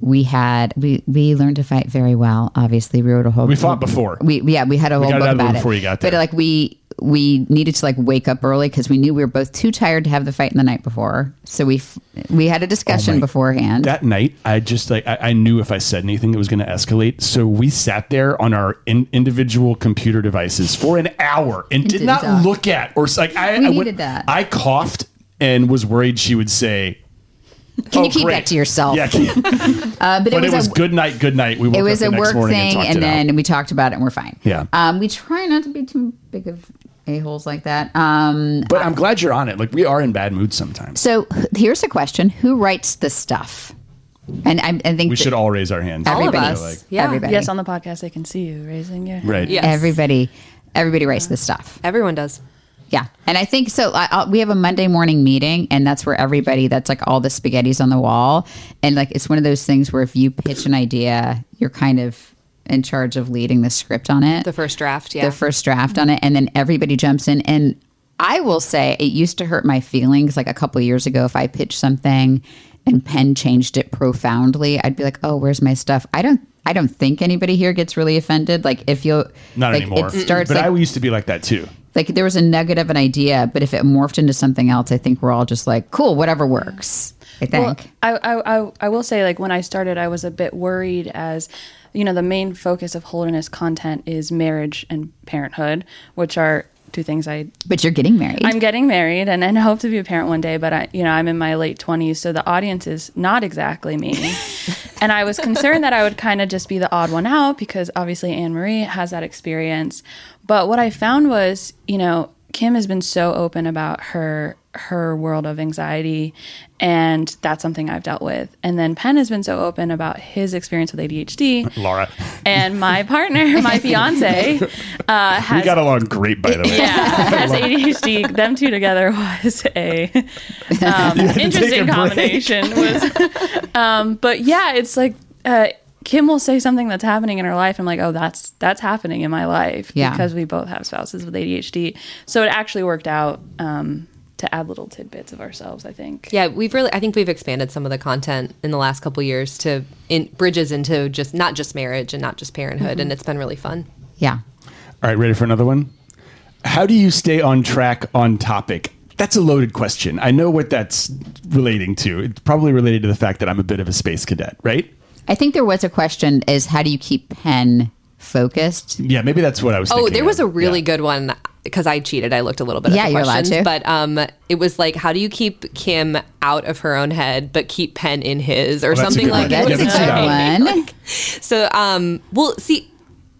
Speaker 1: We had we we learned to fight very well. Obviously, we wrote a whole.
Speaker 2: We fought before.
Speaker 1: We yeah we had a whole
Speaker 2: got it
Speaker 1: book
Speaker 2: out of the way
Speaker 1: about it
Speaker 2: before you got
Speaker 1: But
Speaker 2: there.
Speaker 1: like we we needed to like wake up early because we knew we were both too tired to have the fight in the night before. So we f- we had a discussion
Speaker 2: Oh my-
Speaker 1: beforehand.
Speaker 2: That night, I just like I, I knew if I said anything, it was going to escalate. So we sat there on our in, individual computer devices for an hour and did
Speaker 1: didn't
Speaker 2: not
Speaker 1: talk.
Speaker 2: look at or s- like I
Speaker 1: We
Speaker 2: I
Speaker 1: needed that.
Speaker 2: I coughed and was worried she would say.
Speaker 1: Can you
Speaker 2: "Oh,
Speaker 1: keep
Speaker 2: great."
Speaker 1: that to yourself?
Speaker 2: Yeah, can-
Speaker 1: Uh,
Speaker 2: but it was
Speaker 1: a,
Speaker 2: good night, good night. We woke
Speaker 1: It was
Speaker 2: up the
Speaker 1: a
Speaker 2: next
Speaker 1: work
Speaker 2: morning
Speaker 1: thing,
Speaker 2: and,
Speaker 1: and,
Speaker 2: talked it out.
Speaker 1: then we talked about it, and we're fine.
Speaker 2: Yeah.
Speaker 1: Um, we try not to be too big of a holes like that. Um,
Speaker 2: But I'm glad you're on it. Like we are in bad moods sometimes.
Speaker 1: So h- here's a question: Who writes the stuff? And I, I
Speaker 2: We
Speaker 1: think that
Speaker 2: should all raise our hands.
Speaker 4: All of
Speaker 1: everybody,
Speaker 4: us. Yeah.
Speaker 1: everybody,
Speaker 3: Yes, on the podcast, they can see you raising your.
Speaker 2: Right.
Speaker 4: Yeah.
Speaker 1: everybody, everybody writes the stuff.
Speaker 4: Everyone does.
Speaker 1: Yeah, and I think so. I, I'll, we have a Monday morning meeting, and that's where everybody. That's like all the spaghetti's on the wall, and like it's one of those things where if you pitch an idea, you're kind of in charge of leading the script on it.
Speaker 4: The first draft, yeah.
Speaker 1: the first
Speaker 3: Mm-hmm.
Speaker 1: draft on it and then everybody jumps in and i will say it used to hurt my feelings like a couple years ago if i pitched something and penn changed it profoundly i'd be like oh where's my stuff i don't i don't think anybody here gets really offended like if you
Speaker 2: Not
Speaker 1: like
Speaker 2: anymore.
Speaker 1: it starts
Speaker 2: but
Speaker 1: like,
Speaker 2: I used to be like that too.
Speaker 1: like there was a nugget of an idea but if it morphed into something else i think we're all just like cool whatever works i think
Speaker 3: Well, I, I, I, I will say, like, when I started, I was a bit worried as, you know, the main focus of holiness content is marriage and parenthood, which are two things I
Speaker 1: but you're getting married
Speaker 3: I'm getting married and, and hope to be a parent one day, but I, you know, I'm in my late 20s, so the audience is not exactly me. and I was concerned that I would kind of just be the odd one out because obviously Anne Marie has that experience. But what I found was, you know, Kim has been so open about her her world of anxiety and that's something I've dealt with. And then Penn has been so open about his experience with ADHD.
Speaker 2: Laura.
Speaker 3: And my partner, my fiance, uh, has
Speaker 2: We got along great, by the way.
Speaker 3: yeah, has ADHD. Them two together was a um,
Speaker 2: take a
Speaker 3: interesting
Speaker 2: break.
Speaker 3: combination. Was, um, but yeah, it's like uh, Kim will say something that's happening in her life. I'm like, oh, that's that's happening in my life
Speaker 1: Yeah.
Speaker 3: because we both have spouses with ADHD. So it actually worked out um, to add little tidbits of ourselves. I think.
Speaker 4: Yeah, we've really. I think we've expanded some of the content in the last couple years to in, bridges into just not just marriage and not just parenthood, and it's been really fun.
Speaker 1: yeah
Speaker 2: All right, ready for another one? How do you stay on track on topic? That's a loaded question. I know what that's relating to. It's probably related to the fact that I'm a bit of a space cadet, right?
Speaker 1: i think there was a question is how do you keep penn focused
Speaker 2: Yeah, maybe that's what I was.
Speaker 4: Oh,
Speaker 2: thinking
Speaker 4: there was a
Speaker 2: of.
Speaker 4: really
Speaker 2: Yeah.
Speaker 4: good one because I cheated. I looked a little bit.
Speaker 1: Yeah,
Speaker 4: at the
Speaker 1: you're allowed
Speaker 4: questions,
Speaker 1: to.
Speaker 4: But um, it was like, how do you keep Kim out of her own head, but keep Penn in his, or
Speaker 2: that's a
Speaker 4: something
Speaker 2: good
Speaker 4: like
Speaker 2: one. Yeah,
Speaker 4: it was
Speaker 1: that's
Speaker 2: that's
Speaker 1: a
Speaker 2: a
Speaker 1: good
Speaker 2: good
Speaker 1: one
Speaker 4: So, um, well, see,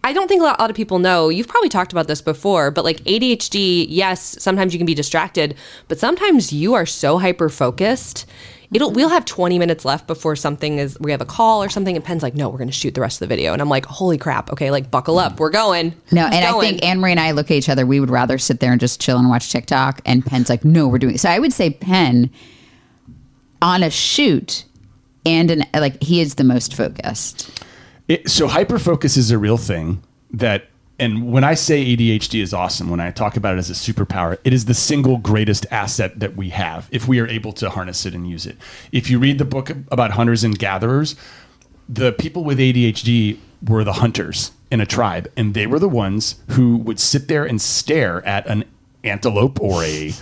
Speaker 4: I don't think a lot, a lot of people know. You've probably talked about this before, but like ADHD, yes, sometimes you can be distracted, but sometimes you are so hyper focused. It'll we'll have 20 minutes left before something is we have a call or something, and Penn's like, no, we're gonna shoot the rest of the video. And I'm like, holy crap, okay, like buckle up, we're going.
Speaker 1: No,
Speaker 4: It's
Speaker 1: and I
Speaker 4: going.
Speaker 1: think Anne Marie and I look at each other. We would rather sit there and just chill and watch TikTok. And Penn's like, no, we're doing. So I would say Penn on a shoot and an like he is the most focused.
Speaker 2: It, so hyperfocus is a real thing that, and when I say ADHD is awesome, when I talk about it as a superpower, it is the single greatest asset that we have if we are able to harness it and use it. If you read the book about hunters and gatherers, the people with ADHD were the hunters in a tribe, and they were the ones who would sit there and stare at an antelope or a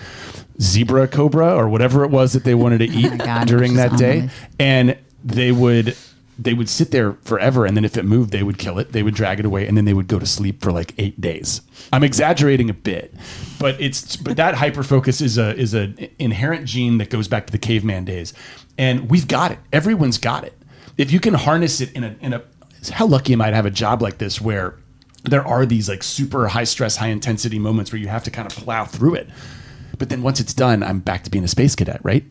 Speaker 2: zebra cobra or whatever it was that they wanted to eat
Speaker 1: Oh God,
Speaker 2: during that
Speaker 1: this is on
Speaker 2: day
Speaker 1: my list.
Speaker 2: and they would they would sit there forever and then if it moved they would kill it they would drag it away and then they would go to sleep for like eight days i'm exaggerating a bit but it's but that hyperfocus is a is an inherent gene that goes back to the caveman days and we've got it everyone's got it if you can harness it in a in a how lucky am i to have a job like this where there are these like super high stress high intensity moments where you have to kind of plow through it but then once it's done i'm back to being a space cadet right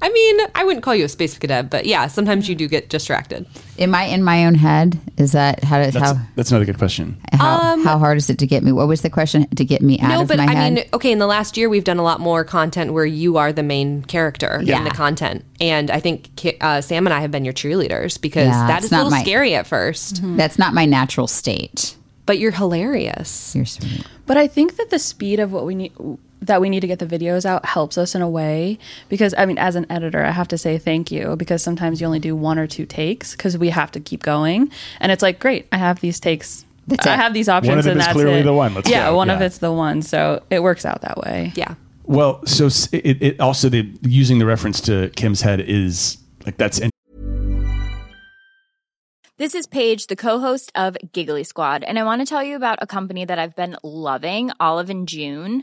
Speaker 4: I mean, I wouldn't call you a space cadet, but yeah, sometimes you do get distracted.
Speaker 1: Am I in my own head? Is that how? Does,
Speaker 2: That's,
Speaker 1: how
Speaker 2: that's another good question.
Speaker 1: how, how hard is it to get me? What was the question? To get me out
Speaker 4: Um, no,
Speaker 1: of
Speaker 4: but
Speaker 1: my
Speaker 4: I
Speaker 1: head?
Speaker 4: mean, okay, in the last year, we've done a lot more content where you are the main character
Speaker 1: Yeah.
Speaker 4: in the content. And I think Ki- uh, Sam and I have been your cheerleaders because
Speaker 1: Yeah,
Speaker 4: that
Speaker 1: it's
Speaker 4: is
Speaker 1: not
Speaker 4: a little
Speaker 1: my- Mm-hmm.
Speaker 4: scary at 1st
Speaker 1: Hmm. That's not my natural state.
Speaker 4: but you're hilarious.
Speaker 1: You're sweet.
Speaker 3: But I think that the speed of what we need that we need to get the videos out helps us in a way because I mean as an editor I have to say thank you because sometimes you only do one or two takes cuz we have to keep going and it's like great I have these takes
Speaker 1: That's
Speaker 3: I
Speaker 1: it.
Speaker 3: have these options
Speaker 2: of them
Speaker 3: and
Speaker 2: is
Speaker 3: that's
Speaker 2: clearly
Speaker 3: it.
Speaker 2: the one. Let's
Speaker 3: yeah,
Speaker 2: go.
Speaker 3: one of
Speaker 2: Yeah.
Speaker 3: it's the one so it works out that way.
Speaker 4: Yeah.
Speaker 2: Well, so s- it, it also the using the reference to Kim's head is like that's in-
Speaker 5: This is Paige, the co-host of Giggly Squad, and I want to tell you about a company that I've been loving, Olive and June.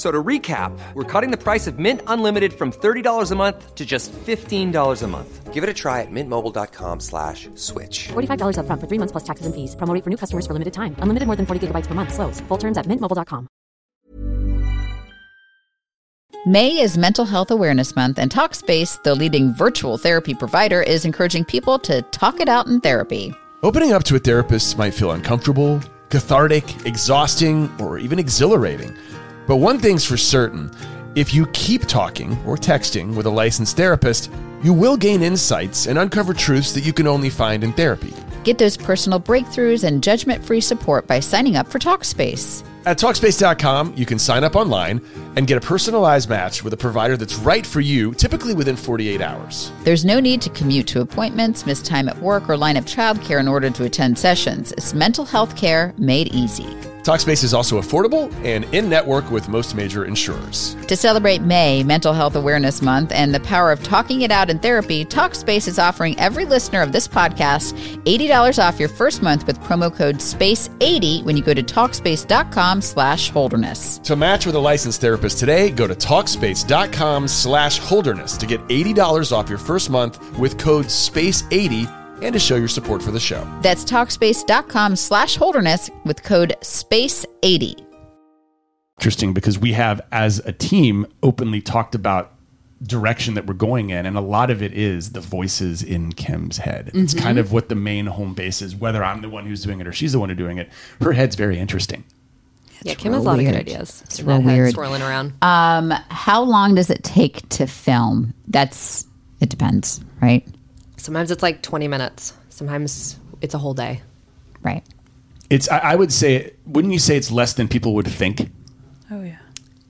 Speaker 6: So to recap, we're cutting the price of Mint Unlimited from $30 a month to just $15 a month. Give it a try at mintmobile.com slash switch.
Speaker 7: $45 upfront for three months plus taxes and fees. Promo rate for new customers for limited time. Unlimited more than 40 gigabytes per month. Slows. Full terms at mintmobile.com.
Speaker 1: May is Mental Health Awareness Month, and Talkspace, the leading virtual therapy provider, is encouraging people to talk it out in therapy.
Speaker 8: Opening up to a therapist might feel uncomfortable, cathartic, exhausting, or even exhilarating. But one thing's for certain if you keep talking or texting with a licensed therapist, you will gain insights and uncover truths that you can only find in therapy.
Speaker 1: Get those personal breakthroughs and judgment free support by signing up for Talkspace.
Speaker 8: At Talkspace.com, you can sign up online and get a personalized match with a provider that's right for you, typically within 48 hours.
Speaker 1: There's no need to commute to appointments, miss time at work, or line up childcare in order to attend sessions. It's mental health care made easy.
Speaker 8: Talkspace is also affordable and in network with most major insurers.
Speaker 1: To celebrate May, Mental Health Awareness Month, and the power of talking it out in therapy, Talkspace is offering every listener of this podcast $80 off your first month with promo code SPACE80 when you go to Talkspace.com slash Holderness.
Speaker 8: To match with a licensed therapist today, go to Talkspace.com slash Holderness to get $80 off your first month with code SPACE80 and to show your support for the show.
Speaker 1: That's Talkspace.com slash Holderness with code SPACE80.
Speaker 2: interesting because we have as a team openly talked about direction that we're going in and a lot of it is the voices in Kim's head. It's kind of what the main home base is whether I'm the one who's doing it or she's the one who's doing it. Her head's very interesting.
Speaker 4: yeah, Kim has a lot of good
Speaker 1: weird.
Speaker 4: ideas.
Speaker 1: It's
Speaker 4: in
Speaker 1: real
Speaker 4: that head
Speaker 1: weird.
Speaker 4: Swirling around.
Speaker 1: Um, how long does it take to film? That's, it depends, right?
Speaker 4: Sometimes it's like 20 minutes, sometimes it's a whole day.
Speaker 1: Right.
Speaker 2: It's I, I would say wouldn't you say it's less than people would think?
Speaker 3: Oh yeah.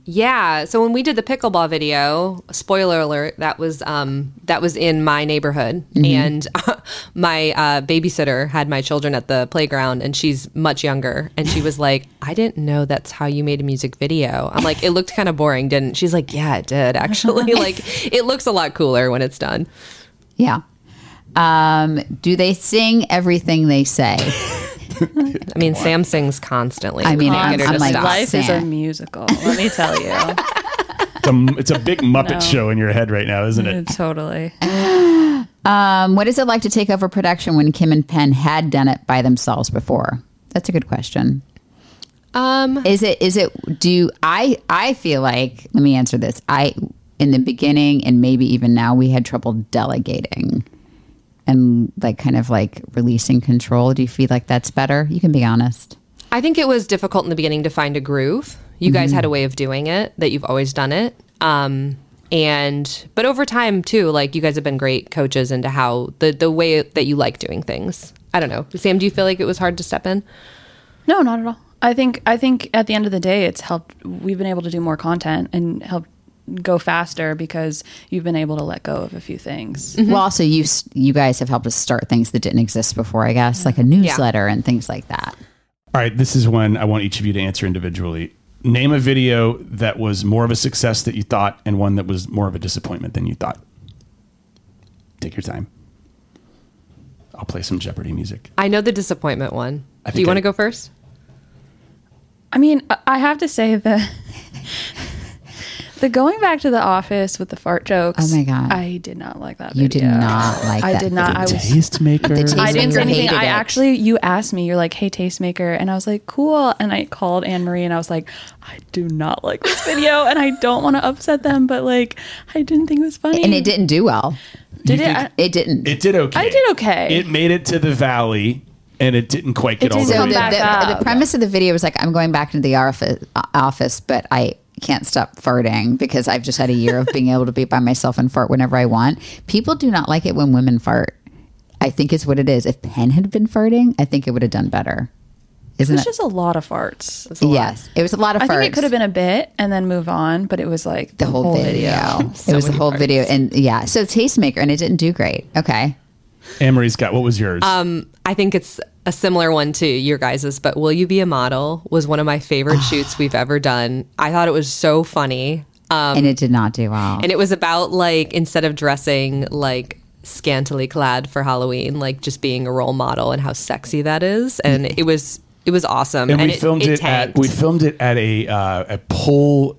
Speaker 4: Yeah. So when we did the pickleball video, spoiler alert, that was um, that was in my neighborhood,
Speaker 1: Mm-hmm.
Speaker 4: and my uh, babysitter had my children at the playground, and she's much younger, and she was like, "I didn't know that's how you made a music video." I'm like, "It looked kind of boring, didn't?" it?" She's like, "Yeah, it did actually. like, it looks a lot cooler when it's done."
Speaker 1: Yeah. Um, do they sing everything they say?
Speaker 4: I mean, Sam sings constantly.
Speaker 1: I mean,
Speaker 4: Can't
Speaker 1: I'm-
Speaker 4: get her
Speaker 1: I'm
Speaker 4: to
Speaker 1: like-
Speaker 4: stop.
Speaker 3: Life is a
Speaker 1: Sam.
Speaker 3: musical. Let me tell you.
Speaker 2: It's a, it's a big Muppet show in your head right now, isn't
Speaker 3: Mm-hmm.
Speaker 2: it?
Speaker 3: totally.
Speaker 1: Um, what is it like to take over production when Kim and Penn had done it by themselves before? That's a good question.
Speaker 4: um,
Speaker 1: Is it is it do I I feel like let me answer this. I in the beginning and maybe even now we had trouble delegating and like kind of like releasing control. Do you feel like that's better? You can be honest.
Speaker 4: I think it was
Speaker 2: Mm-hmm.
Speaker 4: difficult in the beginning to find a groove. You guys had a way of doing it that you've always done it. Um, and but over time too like you guys have been great coaches into how the the way that you like doing things i don't know sam do you feel like it was hard to step in
Speaker 3: No, not at all. I think I think at the end of the day, it's helped. We've been able to do more content and help go faster because you've been able to let go of a few things.
Speaker 1: Well, also you s- you guys have helped us start things that didn't exist before, I guess, like a newsletter and things like that.
Speaker 2: All right, this is when I want each of you to answer individually. Name a video that was more of a success that you thought and one that was more of a disappointment than you thought. Take your time. I'll play some Jeopardy music.
Speaker 4: i know the disappointment one
Speaker 2: I
Speaker 4: do you
Speaker 2: think
Speaker 4: want
Speaker 2: I-
Speaker 4: to go first
Speaker 3: I mean, I- I have to say the the going back to the office with the fart jokes.
Speaker 1: Oh my God.
Speaker 3: I did not like that.
Speaker 1: You did
Speaker 3: video.
Speaker 1: not like
Speaker 3: I
Speaker 1: that
Speaker 3: did not. Uh, I was.
Speaker 2: Tastemaker.
Speaker 3: I didn't
Speaker 1: Tastemaker
Speaker 3: say anything.
Speaker 1: hated
Speaker 3: I
Speaker 1: it.
Speaker 3: actually, you asked me, you're like, hey, Tastemaker. And I was like, cool. And I called Anne Marie and I was like, I do not like this video and I don't want to upset them, but like, I didn't think it was funny.
Speaker 1: And it didn't do well.
Speaker 3: Did
Speaker 2: You
Speaker 3: it?
Speaker 2: think-
Speaker 3: I-
Speaker 1: It didn't.
Speaker 2: It did okay.
Speaker 3: I did okay.
Speaker 2: It made it to the valley and it didn't quite get
Speaker 3: It
Speaker 2: all
Speaker 3: didn't
Speaker 2: the
Speaker 1: so
Speaker 3: come
Speaker 1: the,
Speaker 2: way
Speaker 3: back
Speaker 2: there.
Speaker 1: the,
Speaker 3: up.
Speaker 1: the premise of the video was like, I'm going back into the office, uh, office, but I can't stop farting because I've just had a year of being able to be by myself and fart whenever I want. People do not like it when women fart. I think it's what it is. If Penn had been farting, I think it would have done better. Isn't
Speaker 3: It's
Speaker 1: it?
Speaker 3: just a lot of farts.
Speaker 1: yes, it was a lot of.
Speaker 3: I think
Speaker 1: farts.
Speaker 3: it could have been a bit and then move on, but it was like
Speaker 1: the whole, video. it was the whole video, and yeah, so tastemaker, and it didn't do great. Okay,
Speaker 2: Amory's got what was
Speaker 3: Uh,
Speaker 2: yours?
Speaker 4: i think it's a similar one to your guys's but will you be a model was one of my favorite shoots we've ever done i thought it was so funny
Speaker 1: and it did not do well.
Speaker 4: and it was about like instead of dressing like scantily clad for halloween like just being a role model and how sexy that is and it was it was awesome
Speaker 2: Mm. and, we filmed it, at
Speaker 4: tanked.
Speaker 2: we filmed it at a uh, a pole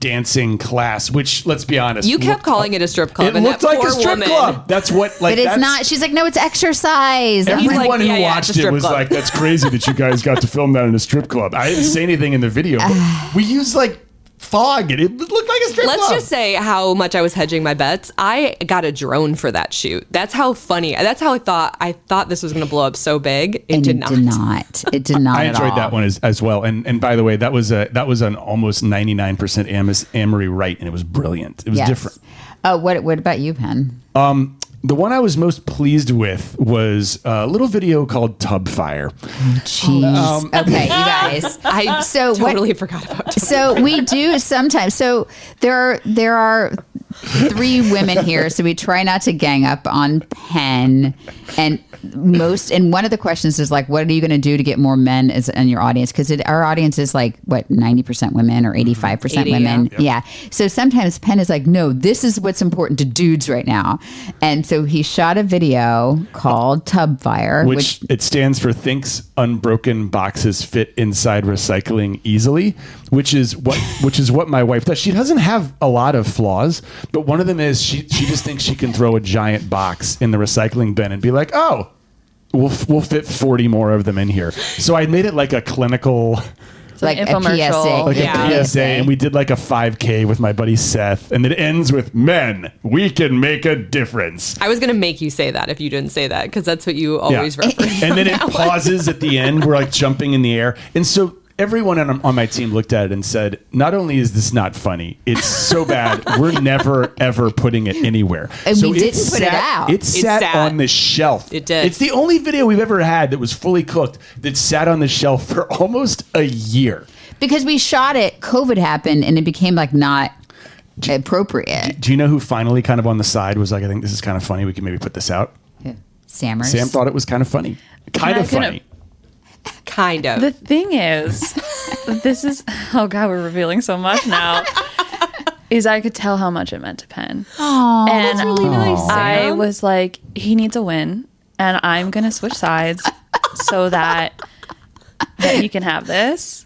Speaker 2: dancing class, which let's be honest,
Speaker 4: You kept calling it a strip club,
Speaker 2: It
Speaker 4: and
Speaker 2: looked
Speaker 4: that
Speaker 2: like a
Speaker 4: poor
Speaker 2: strip
Speaker 4: woman-
Speaker 2: club. That's what like.
Speaker 1: but it's
Speaker 2: that's-
Speaker 1: not. She's like, no, it's exercise. I'm
Speaker 2: Everyone
Speaker 1: like,
Speaker 4: like,
Speaker 2: who
Speaker 4: "Yeah, yeah, it's a
Speaker 2: watched it
Speaker 4: strip
Speaker 2: was
Speaker 4: club."
Speaker 2: like, "That's crazy that you guys got to film that in a strip club." I didn't say anything in the video. But we used like fog, and it looked like a strip
Speaker 4: Let's
Speaker 2: club.
Speaker 4: just say how much I was hedging my bets. I got a drone for that shoot. That's how funny. That's how I thought. I thought this was going to blow up so big. It,
Speaker 1: and
Speaker 4: did,
Speaker 1: it
Speaker 4: not.
Speaker 1: did not. It did not.
Speaker 2: I
Speaker 1: at
Speaker 2: enjoyed
Speaker 1: all.
Speaker 2: that one as, as well. And and by the way, that was a that was an almost ninety nine percent Amory right, and it was brilliant. It was
Speaker 1: Yes.
Speaker 2: different.
Speaker 1: Oh, what what about you, Penn?
Speaker 2: The one I was most pleased with was a little video called Tub Fire.
Speaker 1: Jeez. okay, you guys.
Speaker 4: I
Speaker 1: So what-
Speaker 4: Um, totally forgot about. Drone.
Speaker 1: So we do sometimes. So there are there are three women here, so we try not to gang up on Penn. And most and one of the questions is like, what are you going to do to get more men as in your audience? Because our audience is like what ninety percent women or eighty five percent
Speaker 4: 80, yeah.
Speaker 1: women. Yeah. So sometimes Penn is like, no, this is what's important to dudes right now. And so he shot a video called Tub Fire,
Speaker 2: which, it stands for thinks unbroken boxes fit inside recycling easily which is what which is what my wife does she doesn't have a lot of flaws but one of them is she she just thinks she can throw a giant box in the recycling bin and be like oh We'll, we'll fit 40 more of them in here. So I made it like a clinical,
Speaker 1: like a
Speaker 3: infomercial.
Speaker 1: PSA,
Speaker 2: like
Speaker 4: Yeah.
Speaker 2: a PSA, and we did like a 5K with my buddy Seth. And it ends with Men, we can make a difference.
Speaker 4: I was going to make you say that if you didn't say that because that's what you
Speaker 2: Yeah.
Speaker 4: always reference.
Speaker 2: And then it pauses at the end. We're like jumping in the air. And so everyone on, on my team looked at it and said, not only is this not funny, it's so bad. We're never, ever putting it anywhere.
Speaker 1: And
Speaker 2: so
Speaker 1: we didn't put it
Speaker 2: sat-
Speaker 1: out.
Speaker 2: It sat,
Speaker 4: sat.
Speaker 2: on the shelf.
Speaker 4: It did.
Speaker 2: It's the only video we've ever had that was fully cooked that sat on the shelf for almost a year.
Speaker 1: because we shot it covid happened and it became like not appropriate
Speaker 2: Do you know who finally kind of on the side was like, I think this is kind of funny. We can maybe put this out.
Speaker 1: Sammers.
Speaker 2: Sam thought it was kind of funny. Kind
Speaker 3: I-
Speaker 2: of
Speaker 3: can I-
Speaker 2: funny.
Speaker 4: kind of.
Speaker 3: The thing is, this is oh god, we're revealing so much now. is I could tell how much it meant to Penn. Oh, and I was like, he needs a win, and I'm gonna switch sides so that that he can have this.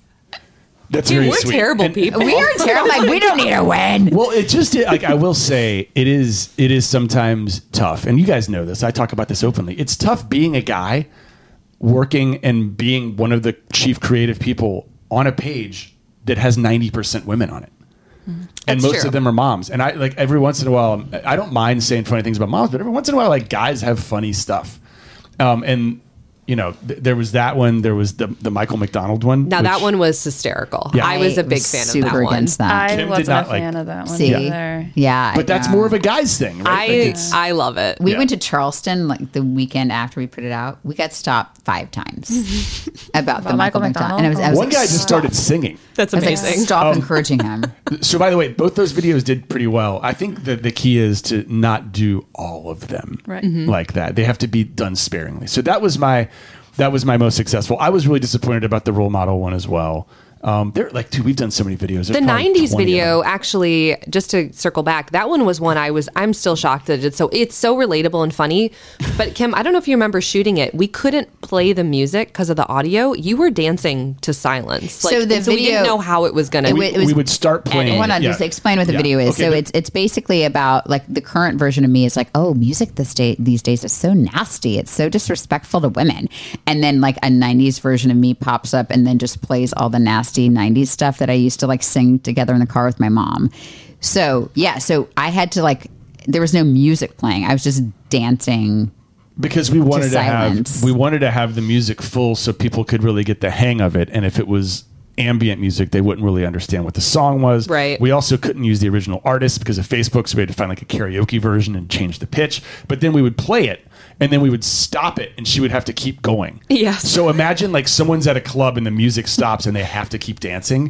Speaker 2: That's
Speaker 4: Dude,
Speaker 2: very
Speaker 4: we're
Speaker 2: sweet.
Speaker 4: terrible
Speaker 2: And-
Speaker 4: people.
Speaker 1: we are terrible like we don't need a win
Speaker 2: Well, it just like I will say it is it is sometimes tough, and you guys know this. I talk about this openly. It's tough being a guy working and being one of the chief creative people on a page that has ninety percent women on it. And
Speaker 4: Mm-hmm. That's
Speaker 2: most
Speaker 4: true.
Speaker 2: of them are moms. And I like every once in a while, I don't mind saying funny things about moms, but every once in a while, like guys have funny stuff. Um, and you know, th- there was that one. There was the the Michael McDonald one.
Speaker 4: Now that
Speaker 2: which-
Speaker 4: one was hysterical.
Speaker 2: Yeah.
Speaker 4: I was a
Speaker 1: I
Speaker 4: big
Speaker 1: was
Speaker 4: fan of
Speaker 1: super
Speaker 4: that one.
Speaker 1: against that.
Speaker 3: I
Speaker 2: Kim did
Speaker 3: wasn't
Speaker 2: not
Speaker 3: a
Speaker 2: like-
Speaker 3: fan of that one
Speaker 1: See,
Speaker 3: either.
Speaker 1: yeah, I
Speaker 2: But that's
Speaker 1: know.
Speaker 2: more of a guy's thing, right? Like
Speaker 4: I
Speaker 2: it's-
Speaker 4: I love it.
Speaker 1: We
Speaker 2: Yeah.
Speaker 1: went to Charleston like the weekend after we put it out. We got stopped five times about, the Michael
Speaker 3: Michael
Speaker 1: McDonald,
Speaker 3: McDonald?
Speaker 1: and I was, I was
Speaker 2: one
Speaker 1: like,
Speaker 2: guy just Oh.
Speaker 1: "Stop."
Speaker 2: started singing.
Speaker 4: That's
Speaker 1: I was like,
Speaker 4: amazing.
Speaker 1: stop encouraging him.
Speaker 2: So by the way, both those videos did pretty well. I think that the key is to not do all of them
Speaker 3: Right.
Speaker 4: Mm-hmm.
Speaker 1: Mm-hmm.
Speaker 2: like that. They have to be done sparingly. So that was my that was my most successful. I was really disappointed about the role model one as well. Um, they're like, dude, we've done so many videos.
Speaker 4: the 90s video actually just to circle back that one was one i was i'm still shocked that it's so it's so relatable and funny but kim i don't know if you remember shooting it we couldn't play the music because of the audio you were dancing to silence like,
Speaker 1: So the
Speaker 4: and so we didn't
Speaker 1: video-
Speaker 4: know how it was gonna
Speaker 1: It
Speaker 4: be
Speaker 1: wa-
Speaker 2: We, we would start playing.
Speaker 1: And why not
Speaker 2: yeah.
Speaker 1: just explain what the
Speaker 2: Yeah.
Speaker 1: video is?
Speaker 2: Okay,
Speaker 1: so
Speaker 2: but-
Speaker 1: it's it's basically about like the current version of me is like, oh, music this day these days is so nasty. It's so disrespectful to women. And then like a '90s version of me pops up and then just plays all the nasty '90s stuff that I used to like sing together in the car with my mom. So yeah, so I had to like there was no music playing. I was just dancing.
Speaker 2: because we wanted to,
Speaker 1: silence.
Speaker 2: have we wanted to have the music full so people could really get the hang of it and if it was ambient music they wouldn't really understand what the song was
Speaker 4: Right.
Speaker 2: we also couldn't use the original artist because of facebook so we had to find like a karaoke version and change the pitch but then we would play it and then we would stop it and she would have to keep going
Speaker 4: Yes.
Speaker 2: so imagine like someone's at a club and the music stops and they have to keep dancing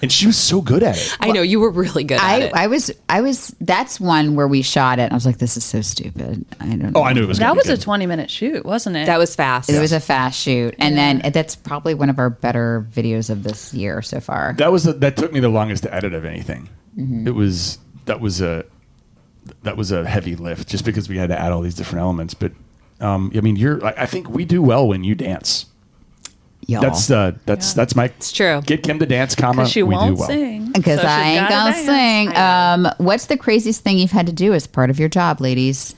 Speaker 2: and she was so good at it
Speaker 4: i know you were really good at
Speaker 1: I,
Speaker 4: it
Speaker 1: I was I was that's one where we shot it. and I was like, this is so stupid. I don't. know.
Speaker 2: oh i knew it was
Speaker 3: That
Speaker 2: gonna
Speaker 3: was
Speaker 2: be
Speaker 3: a
Speaker 2: good.
Speaker 3: 20 minute shoot, wasn't it?
Speaker 4: that was fast
Speaker 1: It was a fast shoot, and then that's probably one of our better videos of this year so far.
Speaker 2: that was the, that took me the longest to edit of anything. It was that was a that was a heavy lift just because we had to add all these different elements. But um, I mean, you're I, I think we do well when you dance.
Speaker 1: Y'all,
Speaker 2: That's uh, that's that's my. It's
Speaker 4: true.
Speaker 2: Get Kim to dance, comma.
Speaker 3: she
Speaker 2: we
Speaker 3: won't
Speaker 2: do well.
Speaker 3: sing.
Speaker 1: because
Speaker 3: so
Speaker 1: I
Speaker 3: she's
Speaker 1: ain't
Speaker 3: gotta
Speaker 1: gonna
Speaker 3: dance.
Speaker 1: sing. Um, what's the craziest thing you've had to do as part of your job, ladies?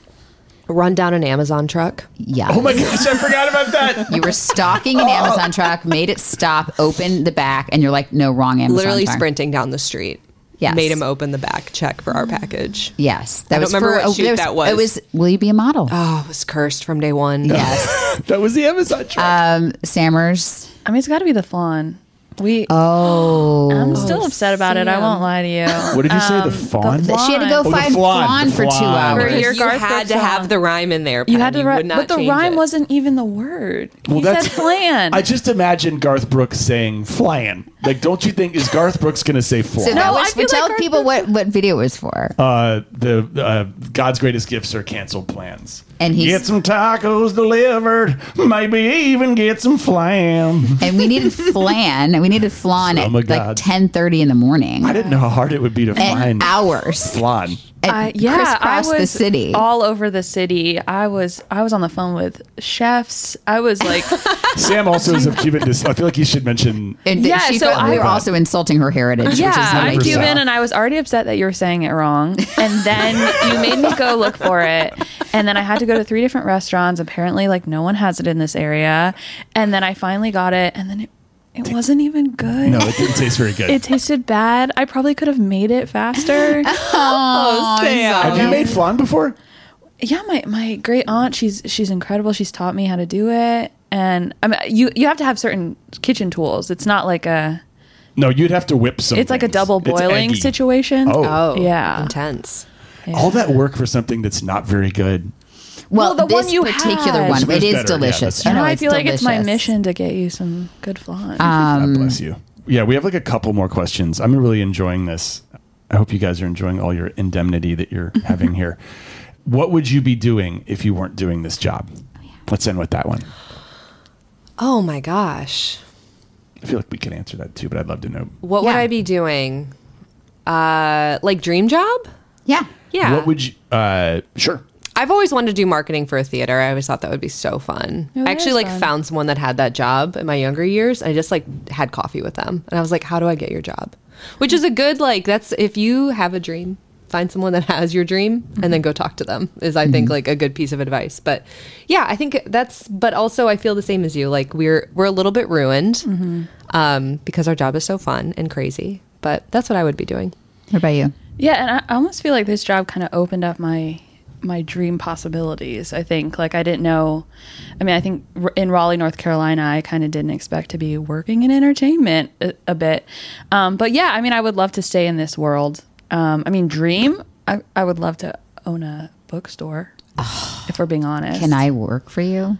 Speaker 4: run down an amazon truck
Speaker 1: Yeah.
Speaker 2: Oh my gosh, I forgot about that.
Speaker 1: You were stalking an Amazon truck, made it stop, opened the back, and you're like, no, wrong Amazon.
Speaker 4: literally
Speaker 1: truck.
Speaker 4: sprinting down the street
Speaker 1: Yes. Mm.
Speaker 4: made him open the back check for our package
Speaker 1: Yes, that
Speaker 4: I don't
Speaker 1: was
Speaker 4: remember
Speaker 1: for,
Speaker 4: what
Speaker 1: oh,
Speaker 4: shoot
Speaker 1: there
Speaker 4: that was.
Speaker 1: It was. Will you be a model?
Speaker 4: oh it was cursed from day one
Speaker 1: yes,
Speaker 2: That was the Amazon truck.
Speaker 3: Uh,
Speaker 1: Sammers.
Speaker 3: I mean, it's got to be the fawn. We. Oh. I'm still upset about it. I won't lie to you. Um,
Speaker 2: what did you say? The fawn.
Speaker 1: She had to go
Speaker 2: Oh, the
Speaker 1: find
Speaker 2: flan,
Speaker 1: Flan
Speaker 2: the
Speaker 1: for two
Speaker 2: flan.
Speaker 1: hours.
Speaker 3: For
Speaker 4: you
Speaker 3: your Garth
Speaker 4: had
Speaker 3: Brooks
Speaker 4: to have
Speaker 3: song.
Speaker 4: the rhyme in there
Speaker 3: You had to
Speaker 4: rhyme
Speaker 3: write, but the rhyme wasn't even the word. he said plan.
Speaker 2: I just imagine Garth Brooks saying "flying." Like, don't you think is Garth Brooks going to say "flying"?
Speaker 1: So that
Speaker 3: No, I
Speaker 1: was.
Speaker 3: feel like
Speaker 1: tell
Speaker 3: our-
Speaker 1: people what what video it was for.
Speaker 2: uh, the uh, God's greatest gifts are canceled plans.
Speaker 1: And he's-
Speaker 2: get some tacos delivered, maybe even get some flam.
Speaker 1: and we needed flan and we needed flan
Speaker 2: Oh
Speaker 1: at
Speaker 2: my
Speaker 1: like
Speaker 2: God.
Speaker 1: ten thirty in the morning
Speaker 2: I didn't know how hard it would be to
Speaker 1: and
Speaker 2: find
Speaker 1: hours
Speaker 2: flan.
Speaker 1: and
Speaker 3: I- yeah, I
Speaker 1: crisscross
Speaker 3: was
Speaker 1: the city
Speaker 3: all over the city. I was I was on the phone with chefs. I was like,
Speaker 2: Sam also is of Cuban descent. I feel like you should mention.
Speaker 1: and th-
Speaker 3: Yeah,
Speaker 1: she
Speaker 3: so
Speaker 1: felt we
Speaker 3: I-
Speaker 1: were also insulting her heritage
Speaker 3: yeah,
Speaker 1: which is
Speaker 3: I'm
Speaker 1: never-
Speaker 2: percent.
Speaker 3: Cuban, and I was already upset that you were saying it wrong. And then you made me go look for it, and then I had to go to three different restaurants. Apparently, like no one has it in this area. And then I finally got it, and then it, it wasn't even good.
Speaker 2: No, it didn't taste very good.
Speaker 3: It tasted bad. I probably could have made it faster.
Speaker 2: Have you made flan before?
Speaker 3: yeah, my, my great aunt, she's she's incredible. She's taught me how to do it. And I mean you you have to have certain kitchen tools. It's not like a
Speaker 2: No, you'd have to whip some.
Speaker 3: it's like a
Speaker 2: things.
Speaker 3: double
Speaker 2: It's
Speaker 3: boiling
Speaker 2: eggy.
Speaker 3: situation.
Speaker 2: Oh.
Speaker 4: oh
Speaker 3: Yeah.
Speaker 4: intense
Speaker 2: All that work for something that's not very good.
Speaker 1: well
Speaker 3: Well, the
Speaker 1: this
Speaker 3: one you
Speaker 1: particular
Speaker 3: had.
Speaker 1: one
Speaker 2: This was
Speaker 1: it is
Speaker 2: better, yeah,
Speaker 1: delicious
Speaker 2: that's
Speaker 1: I know
Speaker 3: I
Speaker 1: it's
Speaker 3: feel like it's my
Speaker 1: delicious. Um,
Speaker 3: mission to get you some good flan.
Speaker 2: God bless you. Yeah, we have like a couple more questions. I'm really enjoying this. I hope you guys are enjoying all your indemnity that you're having here. What would you be doing if you weren't doing this job?
Speaker 3: Oh,
Speaker 2: Let's end with that one.
Speaker 4: oh my gosh
Speaker 2: I feel like we can answer that too, but I'd love to know.
Speaker 4: What would
Speaker 1: Yeah.
Speaker 4: I be doing? Uh, like dream job?
Speaker 1: yeah
Speaker 4: Yeah.
Speaker 2: What would you? Uh, sure.
Speaker 4: I've always wanted to do marketing for a theater. I always thought that would be so fun.
Speaker 3: that
Speaker 4: I actually
Speaker 3: is
Speaker 4: like
Speaker 3: fun.
Speaker 4: found someone that had that job in my younger years. I just like had coffee with them, and I was like, "How do I get your job?" Which is a good like. That's if you have a dream, find someone that has your dream,
Speaker 1: Mm-hmm.
Speaker 4: and then go talk to them. Is I think like a good piece of advice. But yeah, I think that's. But also, I feel the same as you. Like we're we're a little bit ruined
Speaker 1: Mm-hmm.
Speaker 4: um, because our job is so fun and crazy. But that's what I would be doing.
Speaker 1: what about you
Speaker 3: yeah, and I, I almost feel like this job kind of opened up my my dream possibilities. I think like I didn't know. I mean, I think r- in Raleigh, North Carolina, I kind of didn't expect to be working in entertainment a, a bit. Um, but yeah, I mean, I would love to stay in this world. Um, I mean, dream. I, I would love to own a bookstore. if we're being honest,
Speaker 1: Can I work for you?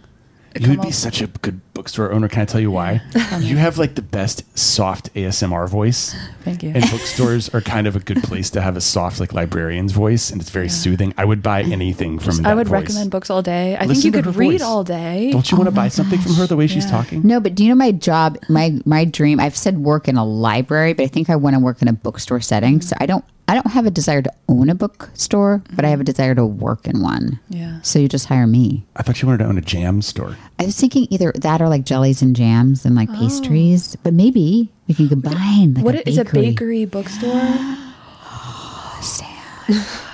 Speaker 2: You would be such a good bookstore owner. Can I tell you why? you have like the best soft ASMR voice.
Speaker 3: Thank you.
Speaker 2: And bookstores are kind of a good place to have a soft like librarian's voice, and it's very soothing. I would buy anything from. that
Speaker 3: I would
Speaker 2: voice.
Speaker 3: recommend books all day. I think
Speaker 2: Listen
Speaker 3: you
Speaker 2: to
Speaker 3: could
Speaker 2: her
Speaker 3: read
Speaker 2: voice.
Speaker 3: all day.
Speaker 2: Don't you want to buy something from her the way she's talking?
Speaker 1: Oh No, but do you know my job, my my dream? I've said work in a library, but I think I want to work in a bookstore setting. So I don't I don't have a desire to own a bookstore, but I have a desire to work in one.
Speaker 3: Yeah.
Speaker 1: So you just hire me.
Speaker 2: I thought you wanted to own a jam store.
Speaker 1: I was thinking either that or like jellies and jams and like pastries, but maybe we can combine. Like
Speaker 3: Oh. What
Speaker 1: a
Speaker 3: it- is a
Speaker 1: bakery.
Speaker 3: bakery bookstore?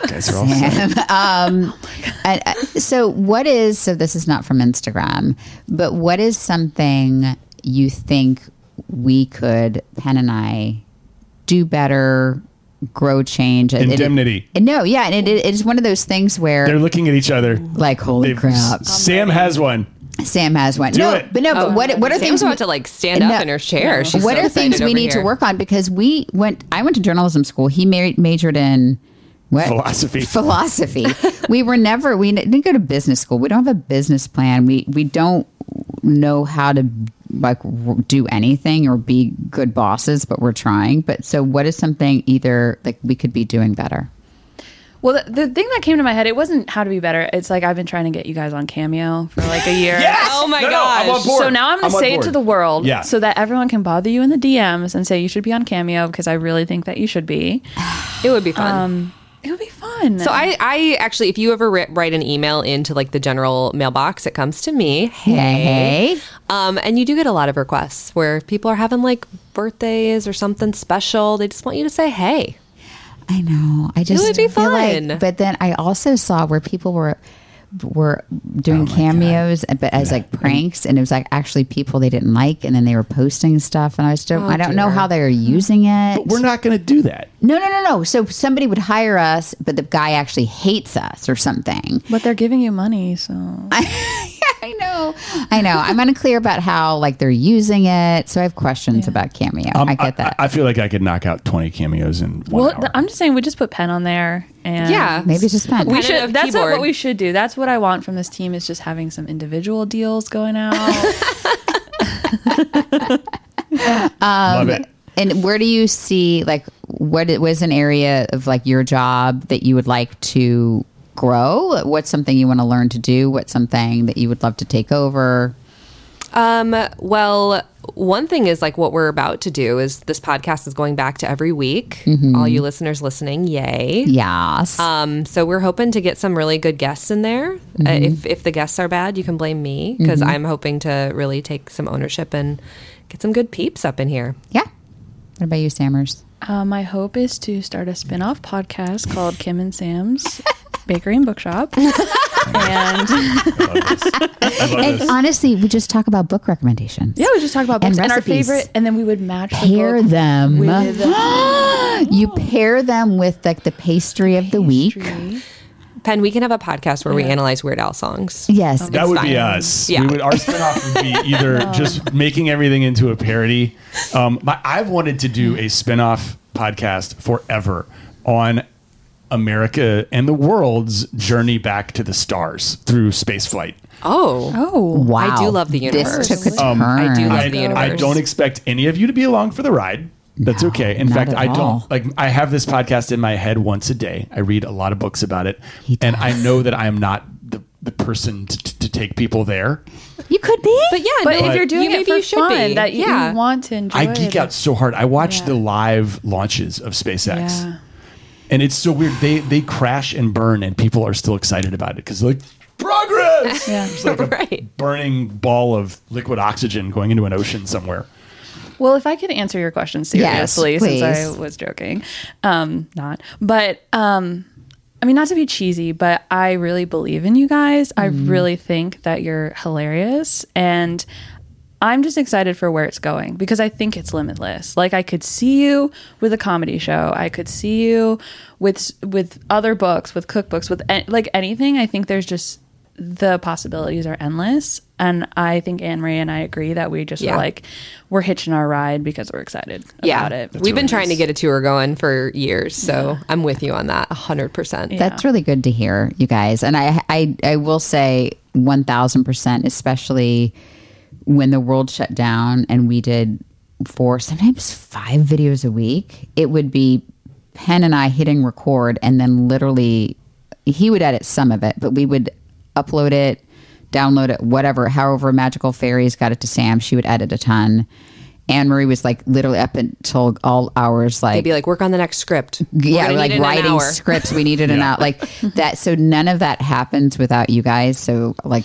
Speaker 2: Guys are all
Speaker 1: And, uh, so what is so this is not from instagram but what is something you think we could penn and i do better grow change And it-
Speaker 2: Indemnity.
Speaker 1: and no yeah and it, it- it's one of those things where
Speaker 2: They're looking at each other.
Speaker 1: like holy
Speaker 2: They've-
Speaker 1: crap
Speaker 2: Sam has one.
Speaker 1: sam has one no
Speaker 2: it.
Speaker 1: but no
Speaker 3: Oh,
Speaker 1: but what what are things
Speaker 4: Sam's about to like stand up
Speaker 1: No.
Speaker 4: in her chair. She's
Speaker 1: what
Speaker 4: so
Speaker 1: are things
Speaker 4: excited
Speaker 1: we
Speaker 4: over
Speaker 1: need
Speaker 4: here.
Speaker 1: to work on because we went i went to journalism school he married, majored in what
Speaker 2: Philosophy.
Speaker 1: philosophy we were never we didn't go to business school we don't have a business plan we we don't know how to like w- do anything or be good bosses but we're trying but so what is something either like we could be doing better
Speaker 3: Well, the, the thing that came to my head, it wasn't how to be better. It's like I've been trying to get you guys on Cameo for like a year.
Speaker 4: Oh my
Speaker 2: No, no,
Speaker 4: gosh!
Speaker 2: I'm on board.
Speaker 3: So now I'm going to
Speaker 2: on
Speaker 3: say it
Speaker 2: board.
Speaker 3: to the world
Speaker 2: Yeah.
Speaker 3: so that everyone can bother you in the DMs and say you should be on Cameo because I really think that you should be.
Speaker 4: It would be fun.
Speaker 3: It would be fun.
Speaker 4: So I, I actually, if you ever ri- write an email into like the general mailbox, it comes to me. Hey.
Speaker 1: Hey.
Speaker 4: Um, and you do get a lot of requests where people are having like birthdays or something special. They just want you to say hey.
Speaker 1: I know. I just
Speaker 4: would be
Speaker 1: feel
Speaker 4: fun.
Speaker 1: like but then I also saw where people were were doing cameos but as like pranks and it was like actually people they didn't like and then they were posting stuff and I was
Speaker 4: Oh,
Speaker 1: don't I don't know how they were using it.
Speaker 2: But we're not going to do that.
Speaker 1: no, no, no, no. So somebody would hire us but the guy actually hates us or something.
Speaker 3: but they're giving you money, so
Speaker 1: I know. I know. I'm unclear about how like they're using it. So I have questions about Cameo. Um, I get that.
Speaker 2: I, feel like I could knock out 20 cameos in one
Speaker 3: well, um,
Speaker 2: hour.
Speaker 3: th- I'm just saying we just put pen on there and
Speaker 4: Yeah.
Speaker 1: Maybe it's just fun.
Speaker 4: We
Speaker 3: We
Speaker 4: Pen and a
Speaker 3: should. That's
Speaker 4: keyboard.
Speaker 3: what we should do. That's what I want from this team is just having some individual deals going out.
Speaker 2: Love it.
Speaker 1: And where do you see like what it was an area of like your job that you would like to grow? What's something you want to learn to do? What's something that you would love to take over?
Speaker 4: Um, well, one thing is like what we're about to do is this podcast is going back to every week. All you listeners listening, yay.
Speaker 1: Yes.
Speaker 4: Um, so we're hoping to get some really good guests in there. Uh,
Speaker 1: Mm-hmm.
Speaker 4: if if the guests are bad, you can blame me because I'm hoping to really take some ownership and get some good peeps up in here.
Speaker 1: yeah. What about you, Sammers?
Speaker 3: Uh, my hope is to start a spin off podcast called Kim and Sam's Bakery and Bookshop. and
Speaker 1: And honestly, we just talk about book recommendations.
Speaker 3: yeah, we just talk about
Speaker 1: And
Speaker 3: books and, our
Speaker 1: recipes.
Speaker 3: favorite, and then we would match
Speaker 1: Pair
Speaker 3: the book
Speaker 1: them.
Speaker 3: with
Speaker 1: you pair them with like the pastry of the week.
Speaker 4: Pen, we can have a podcast where we analyze Weird Al songs.
Speaker 1: Yes.
Speaker 2: That
Speaker 3: Um,
Speaker 2: would be
Speaker 4: fine.
Speaker 2: us.
Speaker 4: Yeah.
Speaker 2: We would, our spinoff would be either just making everything into a parody. Um, my, I've wanted to do a spinoff podcast forever on America and the world's journey back to the stars through space flight.
Speaker 4: Oh.
Speaker 3: Oh,
Speaker 1: wow.
Speaker 4: I do love the universe.
Speaker 1: This took a turn.
Speaker 4: Um, I do love
Speaker 2: I,
Speaker 4: the
Speaker 2: I
Speaker 4: universe.
Speaker 2: don't expect any of you to be along for the ride. That's okay. In
Speaker 1: not
Speaker 2: fact,
Speaker 1: at
Speaker 2: I
Speaker 1: all.
Speaker 2: don't like I have this podcast in my head once a day. I read a lot of books about it. And I know that I am not the, the person to, to, to take people there.
Speaker 1: You could be.
Speaker 4: But yeah,
Speaker 3: but
Speaker 4: no,
Speaker 3: if you're doing
Speaker 4: you-
Speaker 3: it for fun, that you,
Speaker 4: yeah.
Speaker 3: you want to enjoy,
Speaker 2: I geek
Speaker 3: it.
Speaker 2: out so hard. I watch
Speaker 3: Yeah.
Speaker 2: the live launches of SpaceX.
Speaker 3: Yeah.
Speaker 2: And it's so weird. They they crash and burn and people are still excited about it because like progress.
Speaker 3: Yeah.
Speaker 2: It's like a
Speaker 4: Right.
Speaker 2: burning ball of liquid oxygen going into an ocean somewhere.
Speaker 3: Well, if I could answer your question
Speaker 1: Yes,
Speaker 3: seriously, since
Speaker 1: please.
Speaker 3: I was joking, um, not, but um, I mean, not to be cheesy, but I
Speaker 4: Mm-hmm.
Speaker 3: really believe in you guys. I really think that you're hilarious, and I'm just excited for where it's going because I think it's limitless. Like I could see you with a comedy show. I could see you with s- with other books, with cookbooks, with an like anything. I think there's just the possibilities are endless. And I think Anne Marie and I agree that we just
Speaker 4: Yeah.
Speaker 3: were like we're hitching our ride because we're excited
Speaker 4: Yeah,
Speaker 3: about it.
Speaker 4: we've been trying to get a tour going for years, so I'm with you on that 100%.
Speaker 1: That's really good to hear, you guys. And I, I, I will say one thousand percent, especially when the world shut down and we did four, sometimes five videos a week. It would be Penn and I hitting record, and then literally he would edit some of it, but we would upload it, download it, whatever. However, Magical Fairies got it to Sam. She would edit a ton. Anne Marie was like literally up until all hours,
Speaker 4: They'd be like, work on the next script. We're
Speaker 1: yeah,
Speaker 4: gonna
Speaker 1: like
Speaker 4: need it in an
Speaker 1: writing
Speaker 4: hour.
Speaker 1: scripts. We needed an out like that. So none of that happens without you guys. So like,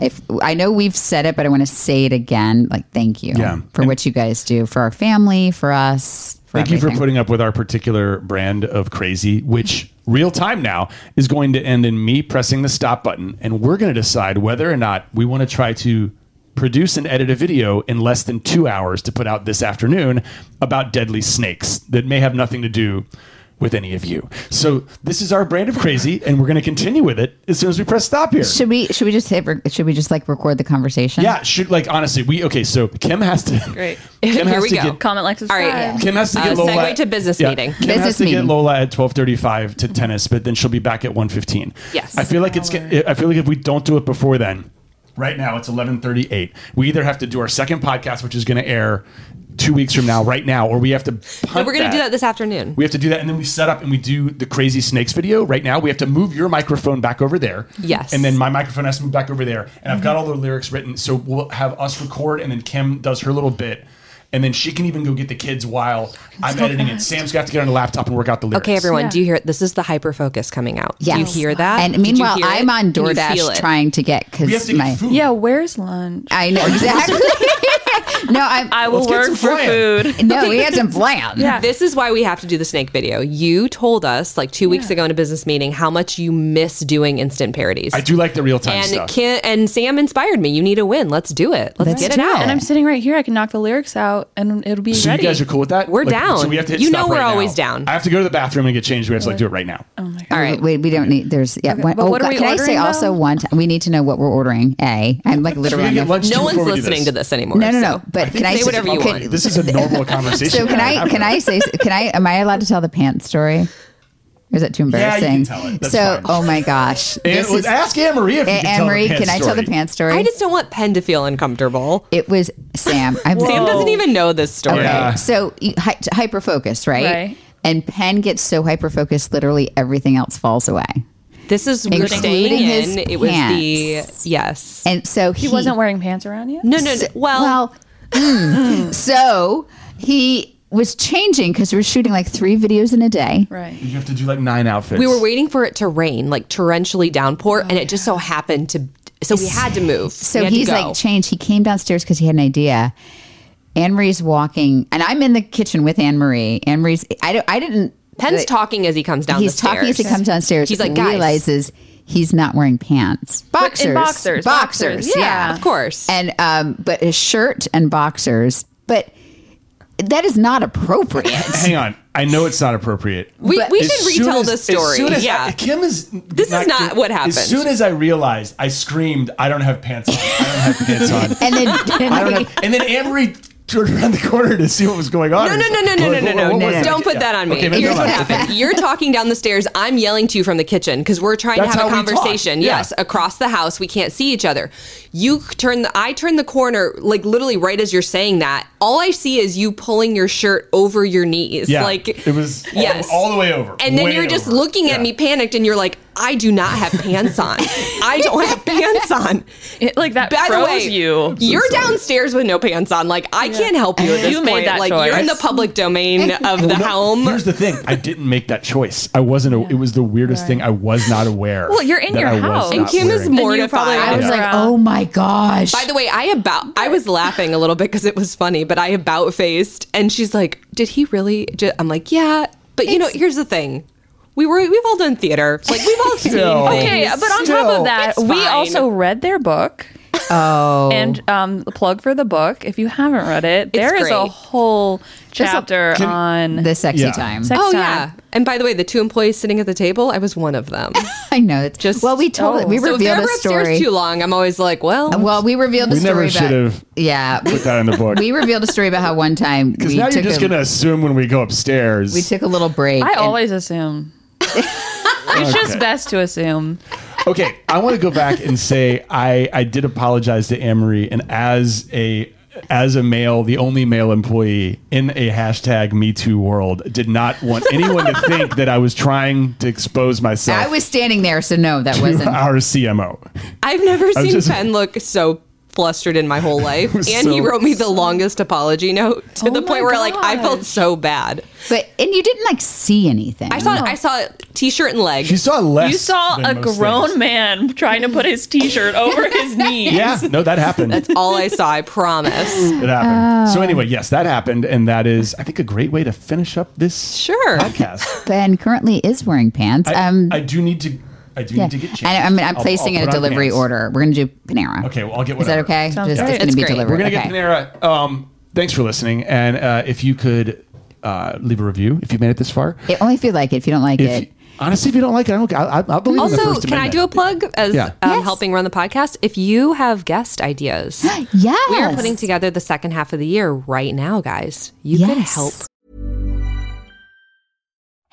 Speaker 1: if I know we've said it, but I want to say it again. Like, thank you
Speaker 2: Yeah.
Speaker 1: for what you guys do for our family, for us. For
Speaker 2: Thank you for
Speaker 1: everything.
Speaker 2: putting up with our particular brand of crazy, which real time now is going to end in me pressing the stop button. And we're going to decide whether or not we want to try to produce and edit a video in less than two hours to put out this afternoon about deadly snakes that may have nothing to do with any of you. So this is our brand of crazy, and we're going to continue with it as soon as we press stop here.
Speaker 1: Should we? Should we just hit? rec- Should we just like record the conversation?
Speaker 2: yeah, should like honestly, we okay. So Kim has to.
Speaker 3: Great.
Speaker 2: Kim
Speaker 4: Here
Speaker 2: has
Speaker 4: we
Speaker 2: to
Speaker 4: go.
Speaker 2: get
Speaker 3: comment, like, subscribe.
Speaker 4: All right, yeah.
Speaker 2: Kim has to
Speaker 4: Uh,
Speaker 2: get Lola
Speaker 4: segue to business meeting.
Speaker 2: Kim
Speaker 1: Business
Speaker 2: has to get
Speaker 1: meeting.
Speaker 2: Lola at twelve thirty-five to tennis, but then she'll be back at one fifteen.
Speaker 4: Yes.
Speaker 2: I feel like it's. I feel like if we don't do it before then, right now it's eleven thirty-eight. We either have to do our second podcast, which is going to air two weeks from now, right now, or we have to.
Speaker 4: We're
Speaker 2: punt
Speaker 4: going to do that this afternoon.
Speaker 2: we have to do that, and then we set up and we do the crazy snakes video. Right now, we have to move your microphone back over there.
Speaker 4: Yes. Mm-hmm.
Speaker 2: And then my microphone has to move back over there, and I've got all the lyrics written. So we'll have us record, and then Kim does her little bit, and then she can even go get the kids while I'm editing, and Sam's gonna have to get on a laptop and work out the lyrics.
Speaker 4: Okay, everyone, do you hear it? This is the hyper focus coming out. Do you
Speaker 1: Yes.
Speaker 4: hear that?
Speaker 1: And
Speaker 4: Did you
Speaker 1: meanwhile,
Speaker 4: hear it?
Speaker 1: I'm on
Speaker 4: Can you feel
Speaker 1: DoorDash
Speaker 4: it?
Speaker 1: trying to get
Speaker 2: We have
Speaker 1: because
Speaker 2: to get
Speaker 1: my.
Speaker 2: food.
Speaker 3: Yeah, where's lunch?
Speaker 1: I know exactly. no, I'm.
Speaker 3: I will
Speaker 2: Let's get
Speaker 3: work
Speaker 2: some
Speaker 3: for
Speaker 2: flan.
Speaker 3: food.
Speaker 1: No, he hasn't planned.
Speaker 3: Yeah.
Speaker 4: This is why we have to do the snake video. You told us like two weeks ago in a business meeting how much you miss doing instant parodies.
Speaker 2: I do like the real time
Speaker 4: and
Speaker 2: stuff.
Speaker 4: Kim, and Sam inspired me. You need a win. Let's do it. Let's
Speaker 1: Let's
Speaker 4: get it
Speaker 1: do
Speaker 4: out.
Speaker 1: it.
Speaker 3: And I'm sitting right here. I can knock the lyrics out, and it'll be
Speaker 2: so
Speaker 3: ready.
Speaker 2: you guys are cool with that?
Speaker 4: We're down.
Speaker 2: So we have to hit
Speaker 4: You
Speaker 2: stop
Speaker 4: know we're
Speaker 2: right now.
Speaker 4: always down. Oh.
Speaker 2: I have to go to the bathroom and get changed. We have to like do it right now.
Speaker 3: Oh
Speaker 4: All right.
Speaker 1: Wait, we don't need. There's yeah. one,
Speaker 3: but
Speaker 1: oh,
Speaker 3: what are
Speaker 1: God,
Speaker 3: we
Speaker 1: can I say
Speaker 3: ordering,
Speaker 1: also
Speaker 3: though?
Speaker 1: one? T- we need to know what we're ordering. A. I'm like
Speaker 2: So we
Speaker 1: literally.
Speaker 2: gotta get
Speaker 1: on the-
Speaker 2: lunch
Speaker 4: No
Speaker 2: too
Speaker 4: one's
Speaker 2: before we do
Speaker 4: listening to this anymore.
Speaker 1: No, no,
Speaker 4: so-
Speaker 1: no. But can I
Speaker 4: say
Speaker 1: just-
Speaker 4: whatever you
Speaker 1: okay,
Speaker 4: want?
Speaker 2: This is a normal conversation.
Speaker 1: So can I? Can I say? Can I? Am I allowed to tell the pants story? Or is that too
Speaker 2: Yeah, you can
Speaker 1: embarrassing?
Speaker 2: tell it. That's
Speaker 1: so,
Speaker 2: fine.
Speaker 1: oh my gosh,
Speaker 2: And,
Speaker 1: is-
Speaker 2: ask Anne Marie if you
Speaker 1: A-
Speaker 2: can
Speaker 1: Anne
Speaker 2: tell the
Speaker 1: Marie,
Speaker 2: pants
Speaker 1: can I tell the
Speaker 2: story.
Speaker 1: pants story?
Speaker 4: I just don't want Penn to feel uncomfortable.
Speaker 1: it was Sam. I'm
Speaker 4: Sam doesn't even know this story.
Speaker 1: Okay.
Speaker 2: Yeah.
Speaker 1: So hy- hyper focused, right?
Speaker 3: Right.
Speaker 1: And Penn gets so hyper focused, literally everything else falls away.
Speaker 4: This is we're
Speaker 1: Including
Speaker 4: staying
Speaker 1: his
Speaker 4: in. It was the
Speaker 1: pants.
Speaker 4: yes.
Speaker 1: And so he,
Speaker 3: He wasn't wearing pants around you.
Speaker 4: No, no, no. Well, hmm.
Speaker 1: well, mm. so he was changing because we were shooting like three videos in a day.
Speaker 3: Right.
Speaker 2: You have to do like nine outfits.
Speaker 4: we were waiting for it to rain, like torrentially downpour, and it just so happened to. So we had to move.
Speaker 1: So
Speaker 4: We had to
Speaker 1: he's
Speaker 4: go.
Speaker 1: like changed. He came downstairs because he had an idea. Anne Marie's walking, and I'm in the kitchen with Anne Marie. Anne Marie's. I don't. I didn't.
Speaker 4: Penn's
Speaker 1: like,
Speaker 4: talking as he comes down.
Speaker 1: He's
Speaker 4: the
Speaker 1: talking as he
Speaker 4: stairs.
Speaker 1: comes downstairs.
Speaker 4: He's like,
Speaker 1: and
Speaker 4: guys,
Speaker 1: realizes he's not wearing pants. Boxers. Boxers.
Speaker 3: boxers, boxers,
Speaker 1: Yeah.
Speaker 3: yeah.
Speaker 4: of course.
Speaker 1: And um, but his shirt and boxers. But that is not appropriate.
Speaker 2: Hang on. I know it's not appropriate.
Speaker 4: we
Speaker 1: but-
Speaker 4: we
Speaker 2: As
Speaker 4: should
Speaker 2: soon
Speaker 4: retell
Speaker 2: as-
Speaker 4: this story.
Speaker 2: As soon as
Speaker 4: yeah.
Speaker 2: I, Kim is.
Speaker 4: This is not what happened.
Speaker 2: As soon as I realized, I screamed, "I don't have pants on! I don't have pants on!"
Speaker 1: and then
Speaker 2: I don't have, and then Anne Marie turned around the corner to see what was going on.
Speaker 4: no, no, no, no, no, no, no, no,
Speaker 2: What was
Speaker 4: no.
Speaker 2: it?
Speaker 4: Don't put that on me.
Speaker 2: Okay, maybe
Speaker 4: Here's
Speaker 2: I'm
Speaker 4: what
Speaker 2: not.
Speaker 4: happened. You're talking down the stairs. I'm yelling to you from the kitchen because we're trying
Speaker 2: That's
Speaker 4: to have a
Speaker 2: how we talk.
Speaker 4: conversation.
Speaker 2: Yeah.
Speaker 4: Yes, across the house, we can't see each other. You turn the, I turn the corner, like literally right as you're saying that. All I see is you pulling your shirt over your knees.
Speaker 2: Yeah,
Speaker 4: like
Speaker 2: it was all- all the way over,
Speaker 4: And then
Speaker 2: way
Speaker 4: you're just
Speaker 2: over.
Speaker 4: looking at
Speaker 2: Yeah.
Speaker 4: me panicked, and you're like, I do not have pants on. I don't have pants on.
Speaker 3: It- like that
Speaker 4: By the
Speaker 3: froze
Speaker 4: way,
Speaker 3: you.
Speaker 4: you're downstairs with no pants on. Like I can't help you at this
Speaker 3: You made
Speaker 4: point.
Speaker 3: that
Speaker 4: like you're in the
Speaker 3: choice.
Speaker 4: public domain of the
Speaker 2: Well, no,
Speaker 4: home.
Speaker 2: Here's the thing: I didn't make that choice. I wasn't. A, it was the weirdest thing. I was not aware.
Speaker 3: Well, you're in
Speaker 2: that
Speaker 3: your
Speaker 2: I was
Speaker 3: house.
Speaker 2: not
Speaker 4: And Kim is
Speaker 2: wearing-
Speaker 3: you
Speaker 4: mortified.
Speaker 3: probably uh,
Speaker 1: I was
Speaker 3: Yeah.
Speaker 1: like, oh my gosh.
Speaker 4: By the way, I about I was laughing a little bit because it was funny, but I about faced, and she's like, "Did he really?" J-? I'm like, "Yeah," but you know, here's the thing: we were we've all done theater, like we've all seen.
Speaker 2: Still.
Speaker 4: things.
Speaker 3: Okay, but on
Speaker 2: Still,
Speaker 3: top of that,
Speaker 4: it's
Speaker 3: we
Speaker 4: fine.
Speaker 3: also read their book.
Speaker 1: Oh.
Speaker 3: And um, the plug for the book, if you haven't read it, there is a
Speaker 4: great.
Speaker 3: whole chapter
Speaker 2: Can-
Speaker 3: on
Speaker 1: the sexy
Speaker 2: Yeah.
Speaker 1: time.
Speaker 3: sex
Speaker 4: Oh
Speaker 3: time.
Speaker 4: yeah. And by the way, the two employees sitting at the table, I was one of them.
Speaker 1: I know. It's just
Speaker 4: Just- oh,
Speaker 1: well, we told it. We
Speaker 4: so if they're
Speaker 1: revealed
Speaker 4: ever
Speaker 1: a story. Uh,
Speaker 4: upstairs too long, I'm always like, well,
Speaker 1: well, we revealed a
Speaker 2: We
Speaker 1: story.
Speaker 2: never
Speaker 1: about-
Speaker 2: should've
Speaker 1: Yeah.
Speaker 2: Put that in the book.
Speaker 1: we revealed a story about how one time
Speaker 2: Because
Speaker 1: we
Speaker 2: now you're
Speaker 1: took
Speaker 2: just
Speaker 1: a,
Speaker 2: going to assume when we go upstairs.
Speaker 1: we took a little break.
Speaker 3: I
Speaker 1: and-
Speaker 3: always assume. it's just
Speaker 2: Okay.
Speaker 3: best to assume.
Speaker 2: okay, I want to go back and say I I did apologize to Amory, and as a as a male, the only male employee in a hashtag Me Too world, did not want anyone to think that I was trying to expose myself.
Speaker 1: I was standing there, so no, that
Speaker 2: to
Speaker 1: wasn't.
Speaker 2: our CMO.
Speaker 4: I've never seen
Speaker 2: just-
Speaker 4: Ben look so flustered in my whole life. And he
Speaker 2: so-
Speaker 4: wrote me the longest apology note to
Speaker 3: Oh
Speaker 4: the
Speaker 3: my
Speaker 4: point where like I felt
Speaker 3: gosh.
Speaker 4: so bad.
Speaker 1: But and you didn't like see anything.
Speaker 4: I saw I saw t-shirt and leg.
Speaker 2: She saw less.
Speaker 3: You saw
Speaker 2: than
Speaker 3: a
Speaker 2: most
Speaker 3: grown
Speaker 2: things.
Speaker 3: man trying to put his t-shirt over his knee.
Speaker 2: Yeah, no, that happened.
Speaker 4: That's all I saw, I promise.
Speaker 2: it happened.
Speaker 1: Oh.
Speaker 2: so anyway, yes, that happened, and that is, I think, a great way to finish up this
Speaker 4: Sure.
Speaker 2: podcast.
Speaker 1: Ben currently is wearing pants.
Speaker 2: I,
Speaker 1: um,
Speaker 2: I do need to. I do need to get. Changed.
Speaker 1: I, I'm, I'm
Speaker 2: I'll-
Speaker 1: placing
Speaker 2: I'll
Speaker 1: it
Speaker 2: put
Speaker 1: a
Speaker 2: on
Speaker 1: delivery
Speaker 2: pants.
Speaker 1: order. We're gonna do Panera.
Speaker 2: Okay, well, I'll get
Speaker 1: Is that
Speaker 2: whatever.
Speaker 1: okay?
Speaker 3: Sounds
Speaker 1: Just,
Speaker 3: great.
Speaker 1: It's gonna
Speaker 3: That's
Speaker 1: be
Speaker 4: great.
Speaker 1: delivered.
Speaker 2: We're gonna
Speaker 1: Okay.
Speaker 2: get Panera. Um, thanks for listening, and uh, if you could uh, leave a review if you made it this far.
Speaker 1: It only if you like it. If you don't like
Speaker 2: If-
Speaker 1: it,
Speaker 2: honestly, if you don't like it, I don't. I, I believe in the
Speaker 4: Also,
Speaker 2: First
Speaker 4: can I
Speaker 2: Amendment.
Speaker 4: do a plug as
Speaker 2: Yeah.
Speaker 4: um,
Speaker 1: Yes.
Speaker 4: helping run the podcast? If you have guest ideas,
Speaker 1: yeah,
Speaker 4: we are putting together the second half of the year right now, guys. You can
Speaker 1: Yes.
Speaker 4: help.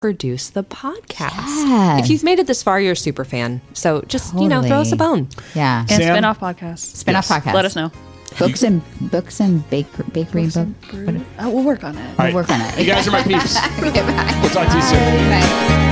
Speaker 4: Produce the podcast.
Speaker 1: Yeah.
Speaker 4: If you've made it this far, you're a super fan. So just, you know, throw us a
Speaker 1: Totally.
Speaker 4: bone.
Speaker 1: yeah,
Speaker 3: And
Speaker 2: Sam?
Speaker 3: spin-off podcasts.
Speaker 1: spin off podcast.
Speaker 3: Let us know.
Speaker 1: Books and books and baker, bakery book.
Speaker 3: Oh, we'll work on it.
Speaker 2: All right.
Speaker 1: We'll work on it.
Speaker 2: You guys are my peeps.
Speaker 1: Okay, bye.
Speaker 2: We'll talk to you soon.
Speaker 1: Bye.